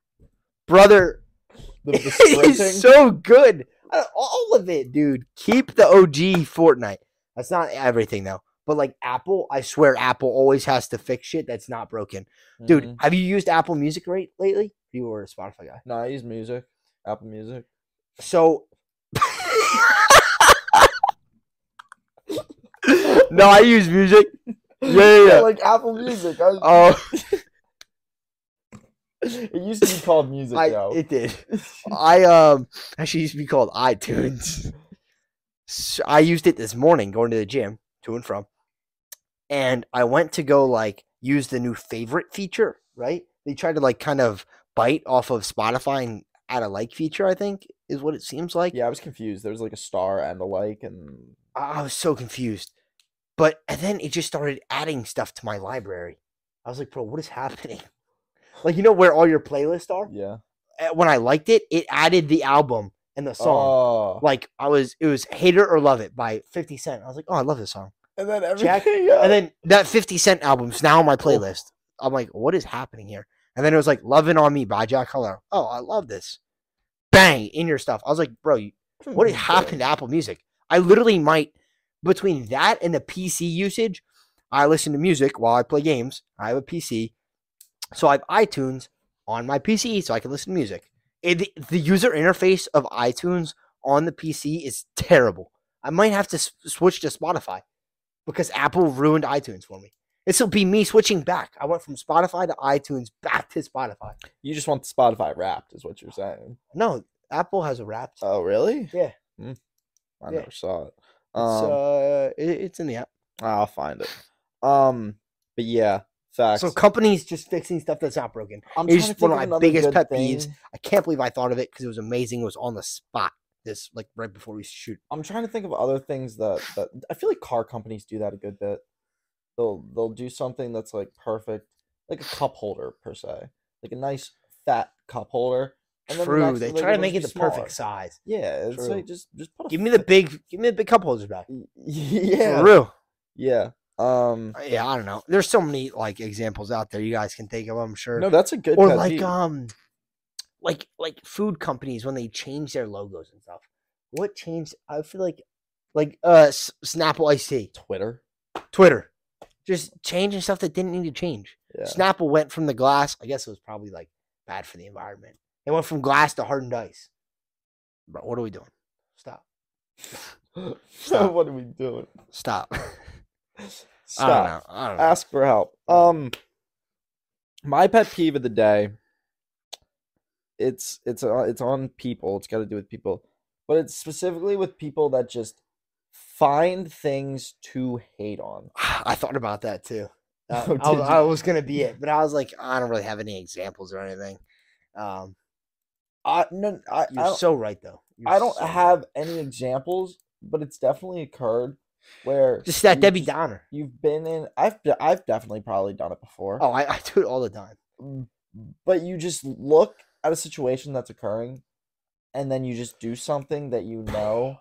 Speaker 1: Brother,
Speaker 2: the, the
Speaker 1: it
Speaker 2: sprinting.
Speaker 1: is so good. Uh, All of it, dude. Keep the OG Fortnite. That's not everything though. But like Apple, I swear Apple always has to fix shit that's not broken. Dude,
Speaker 2: Mhm.
Speaker 1: have you used Apple Music rate lately? You were a Spotify guy.
Speaker 2: No, I use music, Apple Music.
Speaker 1: So No, I use music. yeah, yeah.
Speaker 2: like Apple Music. I,
Speaker 1: Oh,
Speaker 2: it used to be called music
Speaker 1: I,
Speaker 2: though.
Speaker 1: it did. I um actually used to be called iTunes. So I used it this morning going to the gym to and from, and I went to go like use the new favorite feature. Right? They tried to like kind of bite off of Spotify and add a like feature. I think is what it seems like.
Speaker 2: yeah, I was confused. There was like a star and a like, and
Speaker 1: I, I was so confused. But and then it just started adding stuff to my library. I was like, bro, what is happening? Like you know where all your playlists are.
Speaker 2: yeah.
Speaker 1: Uh, When I liked it, it added the album and the song.
Speaker 2: Oh.
Speaker 1: like I was it was Hate It or Love It by 50 Cent. I was like, oh, I love this song.
Speaker 2: and then
Speaker 1: Jack-
Speaker 2: everything. else.
Speaker 1: And then that 50 Cent album's now on my playlist. I'm like, what is happening here? And then it was like Lovin' on Me by Jack Harlow. Oh, I love this. Bang in your stuff. I was like, bro, you- what
Speaker 2: Bro.
Speaker 1: happened to Apple Music? I literally might between that and the PC usage, I listen to music while I play games. I have a PC. So I have iTunes on my PC so I can listen to music. It, the- the user interface of iTunes on the PC is terrible. I might have to s- switch to Spotify because Apple ruined iTunes for me. This will be me switching back. I went from Spotify to iTunes back to Spotify.
Speaker 2: You just want the Spotify wrapped, is what you're saying.
Speaker 1: No, Apple has a wrapped. It's,
Speaker 2: Oh, really?
Speaker 1: Yeah.
Speaker 2: Mm. I
Speaker 1: Yeah.
Speaker 2: never saw it. Um,
Speaker 1: uh, it- it's in the app.
Speaker 2: I'll find it. Um, but yeah, facts.
Speaker 1: So companies just fixing stuff that's not broken. it's
Speaker 2: I'm trying to
Speaker 1: just one
Speaker 2: think
Speaker 1: of my
Speaker 2: another
Speaker 1: biggest
Speaker 2: good
Speaker 1: pet peeves.
Speaker 2: thing.
Speaker 1: I can't believe I thought of it because it was amazing. It was on the spot. This like right before we shoot.
Speaker 2: I'm trying to think of other things that, that I feel like car companies do that a good bit. They'll they'll do something that's like perfect, like a cup holder per se, like a nice fat cup holder. the
Speaker 1: True.
Speaker 2: next
Speaker 1: They
Speaker 2: thing do
Speaker 1: try to
Speaker 2: is
Speaker 1: make it
Speaker 2: be
Speaker 1: the
Speaker 2: smaller.
Speaker 1: perfect size.
Speaker 2: Yeah, it's
Speaker 1: True.
Speaker 2: like just just put. A
Speaker 1: Give me the
Speaker 2: fit-
Speaker 1: big. Give me the big cup holders back.
Speaker 2: Y- Yeah,
Speaker 1: For real.
Speaker 2: yeah. Um,
Speaker 1: Uh, Yeah, I don't know. There's so many like examples out there. You guys can think of. I'm sure.
Speaker 2: no, that's a good.
Speaker 1: or
Speaker 2: pet
Speaker 1: like
Speaker 2: peeve.
Speaker 1: um, like like food companies when they change their logos and stuff. What changed? I feel like like uh S- Snapple Ice Tea,
Speaker 2: Twitter.
Speaker 1: Twitter, just changing stuff that didn't need to change.
Speaker 2: Yeah.
Speaker 1: Snapple went from the glass. I guess it was probably like bad for the environment. It went from glass to hardened ice. Bro, what are we doing? Stop. Stop.
Speaker 2: what are we doing?
Speaker 1: Stop. I don't know.
Speaker 2: Stop.
Speaker 1: I don't know.
Speaker 2: Ask for help. Um, my pet peeve of the day. It's it's on it's on people. It's got to do with people, but it's specifically with people that just find things to hate on.
Speaker 1: I thought about that too. Uh, I,
Speaker 2: Oh,
Speaker 1: was,
Speaker 2: did
Speaker 1: I
Speaker 2: you?
Speaker 1: was gonna be it, but I was like, I don't really have any examples or anything. Um,
Speaker 2: I no, I I
Speaker 1: you're
Speaker 2: don't,
Speaker 1: so right though. You're
Speaker 2: I don't
Speaker 1: so right.
Speaker 2: have any examples, but it's definitely occurred where
Speaker 1: just that
Speaker 2: you
Speaker 1: Debbie
Speaker 2: just-
Speaker 1: Downer.
Speaker 2: You've been in. I've de- I've definitely probably done it before.
Speaker 1: Oh, I, I do it all the time.
Speaker 2: but you just look at a situation that's occurring and then you just do something that you know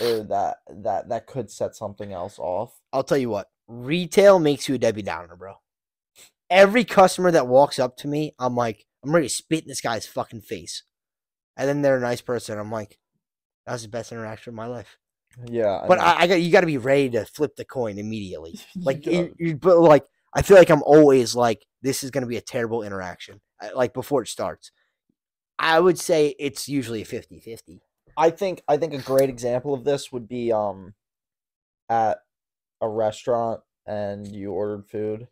Speaker 2: or that that that could set something else off
Speaker 1: I'll tell you what, retail makes you a Debbie Downer, bro. Every customer that walks up to me, I'm like, I'm ready to spit in this guy's fucking face. And then they're a nice person. I'm like, that was the best interaction of my life.
Speaker 2: yeah
Speaker 1: But
Speaker 2: know.
Speaker 1: I, I got you got to be ready to flip the coin immediately.
Speaker 2: You
Speaker 1: Like
Speaker 2: gotta-
Speaker 1: you, you, but like I uh, feel like I'm always like this is gonna be a terrible interaction. I- Like before it starts, I would say it's usually a 50 50.
Speaker 2: I think I think a great example of this would be um at a restaurant and you ordered food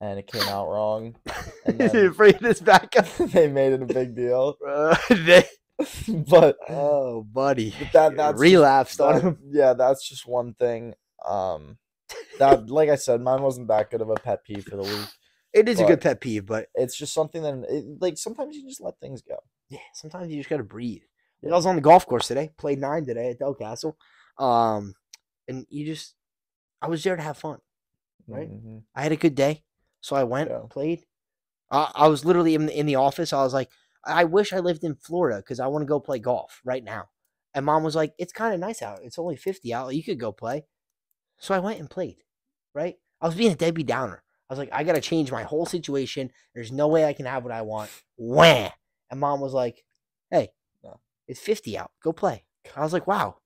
Speaker 2: and it came out wrong and then
Speaker 1: Bring this back up.
Speaker 2: they made it a big deal.
Speaker 1: bro. They-
Speaker 2: But
Speaker 1: oh, buddy.
Speaker 2: But that-
Speaker 1: You
Speaker 2: that's just-
Speaker 1: relapsed on
Speaker 2: that-
Speaker 1: him.
Speaker 2: yeah, that's just one thing. Um that like I said, mine wasn't that good of a pet peeve for the week.
Speaker 1: It is a good
Speaker 2: but-
Speaker 1: pet peeve, but
Speaker 2: It's just something that it, like sometimes you just let things go.
Speaker 1: yeah, sometimes you just gotta breathe. Like,
Speaker 2: Yeah.
Speaker 1: I was on the golf course today, played nine today at Del Castle. Um, and you just, I was there to have fun. Right.
Speaker 2: Mhm.
Speaker 1: I had a good day, so I went
Speaker 2: Yeah.
Speaker 1: played. I, I was literally in the, in the office. I was like, I wish I lived in Florida because I want to go play golf right now. And mom was like, It's kind of nice out. It's only fifty out. You could go play. So I went and played. Right? I was being a Debbie Downer. I was like, I gotta change my whole situation. There's no way I can have what I want. Wham! And mom was like, Hey,
Speaker 2: No.
Speaker 1: it's fifty out. Go play. I was like, Wow,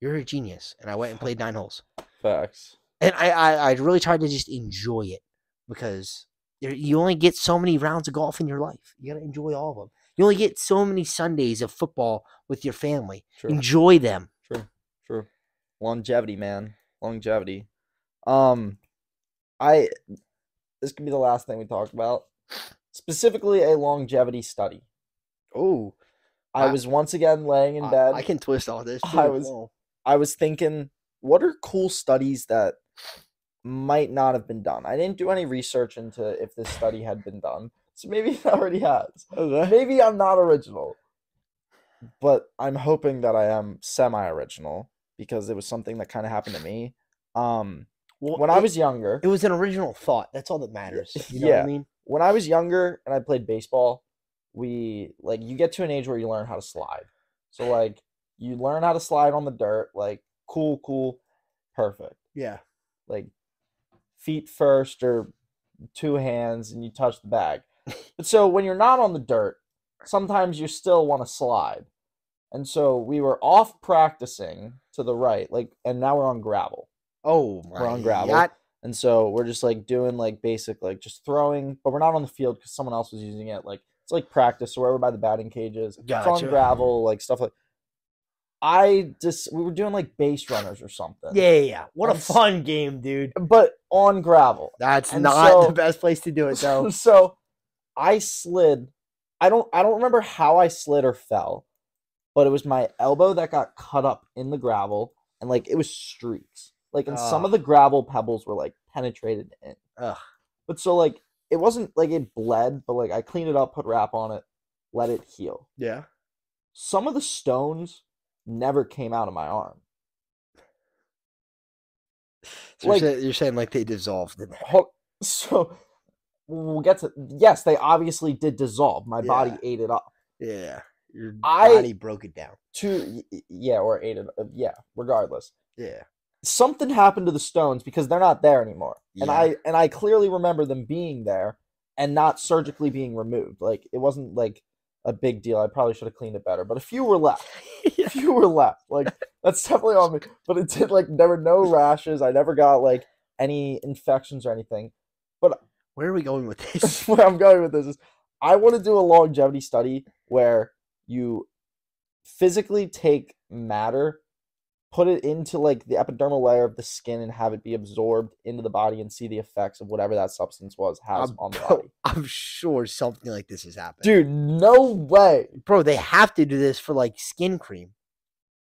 Speaker 1: you're a genius. And I went and played nine holes
Speaker 2: Facts.
Speaker 1: and I, I I really tried to just enjoy it because there, you only get so many rounds of golf in your life. You gotta enjoy all of them. You only get so many Sundays of football with your family.
Speaker 2: True.
Speaker 1: Enjoy them.
Speaker 2: True. True. Longevity, man. Longevity. Um I this could be the last thing we talk about. Specifically a longevity study.
Speaker 1: Oh,
Speaker 2: I,
Speaker 1: I-
Speaker 2: was once again laying in bed.
Speaker 1: can twist all this.
Speaker 2: I was- I was thinking, what are cool studies that might not have been done? I didn't do any research into if this study had been done. So maybe it already has. Maybe I'm not original. But I'm hoping that I am semi original because it was something that kind of happened to me. Um, when I was younger,
Speaker 1: it was an original thought. That's all that matters. You know what
Speaker 2: yeah.
Speaker 1: I mean?
Speaker 2: when I was younger and I played baseball, we like you get to an age where you learn how to slide. So like you learn how to slide on the dirt, like cool, cool, perfect.
Speaker 1: Yeah.
Speaker 2: like feet first or two hands and you touch the bag. But so when you're not on the dirt, sometimes you still want to slide. And so we were off practicing to the right, like and now we're on gravel.
Speaker 1: Oh,
Speaker 2: We're on
Speaker 1: my
Speaker 2: gravel.
Speaker 1: yacht.
Speaker 2: And so we're just like doing like basic like just throwing, but we're not on the field because someone else was using it. Like it's like practice, so we're by the batting cages. It's
Speaker 1: Gotcha.
Speaker 2: on gravel, like stuff like I just we were doing like base runners or something.
Speaker 1: Yeah, yeah, yeah. What a
Speaker 2: I'm s-
Speaker 1: fun game, dude.
Speaker 2: But on gravel.
Speaker 1: That's
Speaker 2: And
Speaker 1: not
Speaker 2: so-
Speaker 1: the best place to do it, though.
Speaker 2: so I slid. I don't I don't remember how I slid or fell, but it was my elbow that got cut up in the gravel and like it was streaks. Like and some
Speaker 1: Ah.
Speaker 2: of the gravel pebbles were like penetrated in.
Speaker 1: Ugh.
Speaker 2: But so like it wasn't like it bled, but like I cleaned it up, put wrap on it, let it heal.
Speaker 1: Yeah.
Speaker 2: Some of the stones never came out of my arm.
Speaker 1: So you're
Speaker 2: Like-
Speaker 1: saying- you're saying like they dissolved in there.
Speaker 2: Hol- So we'll get to yes, they obviously did dissolve. My body
Speaker 1: Yeah.
Speaker 2: ate it up.
Speaker 1: Yeah. Your
Speaker 2: I-
Speaker 1: body broke it down.
Speaker 2: two y- y- yeah or eight of uh, yeah regardless
Speaker 1: Yeah.
Speaker 2: something happened to the stones because they're not there anymore and
Speaker 1: Yeah.
Speaker 2: i and i clearly remember them being there and not surgically being removed like it wasn't like a big deal i probably should have cleaned it better but a few were left a few were left like that's definitely on me but it did like there were no rashes i never got like any infections or anything
Speaker 1: Where are we going with this?
Speaker 2: where I'm going with this is I want to do a longevity study where you physically take matter, put it into like the epidermal layer of the skin and have it be absorbed into the body and see the effects of whatever that substance was has
Speaker 1: I'm-
Speaker 2: on the body.
Speaker 1: I'm sure something like this has happened.
Speaker 2: Dude, no way.
Speaker 1: Bro, they have to do this for like skin cream.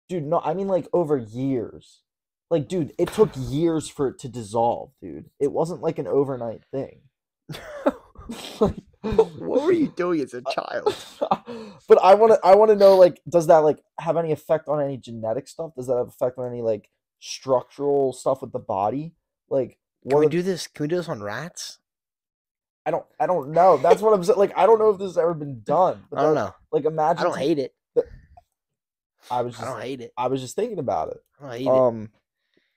Speaker 2: Dude, no, I mean like over years. Like, dude, it took years for it to dissolve, dude. It wasn't like an overnight thing. Like-
Speaker 1: doing as a child?
Speaker 2: but I want to I want to know like does that like have any effect on any genetic stuff? Does that have effect on any like structural stuff with the body? Like
Speaker 1: Can we
Speaker 2: are-
Speaker 1: do this? Can we do this on rats?
Speaker 2: I don't I don't know. That's what I'm saying. Like I don't know if this has ever been done. but
Speaker 1: I don't
Speaker 2: that-
Speaker 1: know.
Speaker 2: Like imagine
Speaker 1: I don't
Speaker 2: some-
Speaker 1: hate it.
Speaker 2: I was
Speaker 1: I
Speaker 2: just
Speaker 1: don't hate it.
Speaker 2: I was just thinking about it.
Speaker 1: I don't hate it.
Speaker 2: Um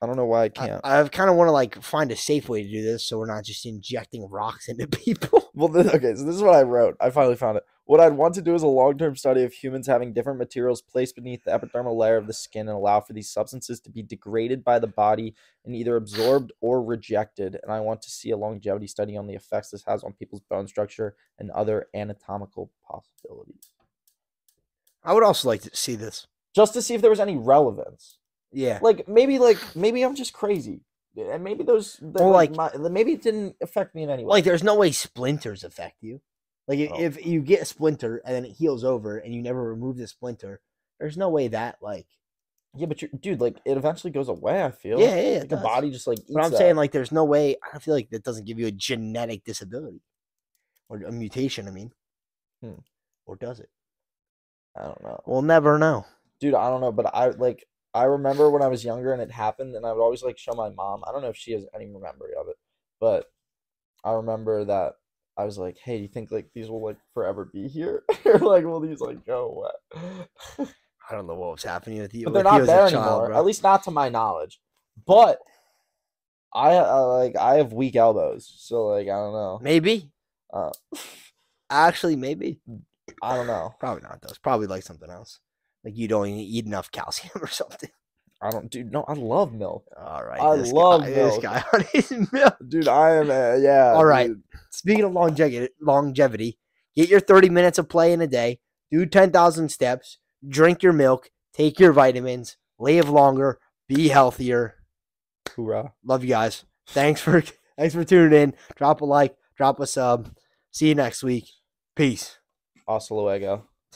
Speaker 2: I don't know why I can't.
Speaker 1: I, I kind of want to like find a safe way to do this so we're not just injecting rocks into people.
Speaker 2: Well, th- okay, so this is what I wrote. I finally found it. What I'd want to do is a long term study of humans having different materials placed beneath the epidermal layer of the skin and allow for these substances to be degraded by the body and either absorbed or rejected. And I want to see a longevity study on the effects this has on people's bone structure and other anatomical possibilities.
Speaker 1: I would also like to see this.
Speaker 2: just to see if there was any relevance.
Speaker 1: Yeah.
Speaker 2: Like maybe like maybe I'm just crazy, and maybe those that,
Speaker 1: Well,
Speaker 2: like, my, maybe it didn't affect me in any way.
Speaker 1: Like, there's no way splinters affect you. Like, i-
Speaker 2: Oh.
Speaker 1: if you get a splinter and then it heals over and you never remove the splinter, there's no way that, like,
Speaker 2: yeah, but you're, dude, like it eventually goes away. I feel
Speaker 1: yeah, yeah, yeah,
Speaker 2: like,
Speaker 1: it
Speaker 2: the
Speaker 1: does.
Speaker 2: body just like. Eats
Speaker 1: But I'm saying, like, there's no way. I feel like that doesn't give you a genetic disability or a mutation. I mean,
Speaker 2: Hmm.
Speaker 1: or does it?
Speaker 2: I don't know.
Speaker 1: We'll never know.
Speaker 2: dude i don't know but i like i remember when i was younger and it happened and i would always like show my mom i don't know if she has any memory of it but i remember that i was like hey do you think like these will like forever be here or like will these like go away
Speaker 1: I don't know what was happening with you.
Speaker 2: but
Speaker 1: with
Speaker 2: they're
Speaker 1: you
Speaker 2: not
Speaker 1: as a
Speaker 2: there
Speaker 1: child,
Speaker 2: anymore
Speaker 1: bro.
Speaker 2: at least not to my knowledge but i uh, like i have weak elbows so like i don't know
Speaker 1: maybe.
Speaker 2: uh,
Speaker 1: Actually, maybe.
Speaker 2: i don't know
Speaker 1: Probably not those. Probably like something else. Like you don't eat enough calcium or something.
Speaker 2: i don't dude no i love milk
Speaker 1: All right.
Speaker 2: I
Speaker 1: this
Speaker 2: love
Speaker 1: guy, this
Speaker 2: milk.
Speaker 1: guy on his milk.
Speaker 2: dude i am uh, yeah
Speaker 1: All right.
Speaker 2: dude.
Speaker 1: Speaking of longevity, longevity, get your 30 minutes of play in a day, do 10,000 steps, drink your milk, take your vitamins, live longer, be healthier.
Speaker 2: hoorah
Speaker 1: Love you guys. Thanks for thanks for tuning in. Drop a like, drop a sub. See you next week. Peace.
Speaker 2: hasta luego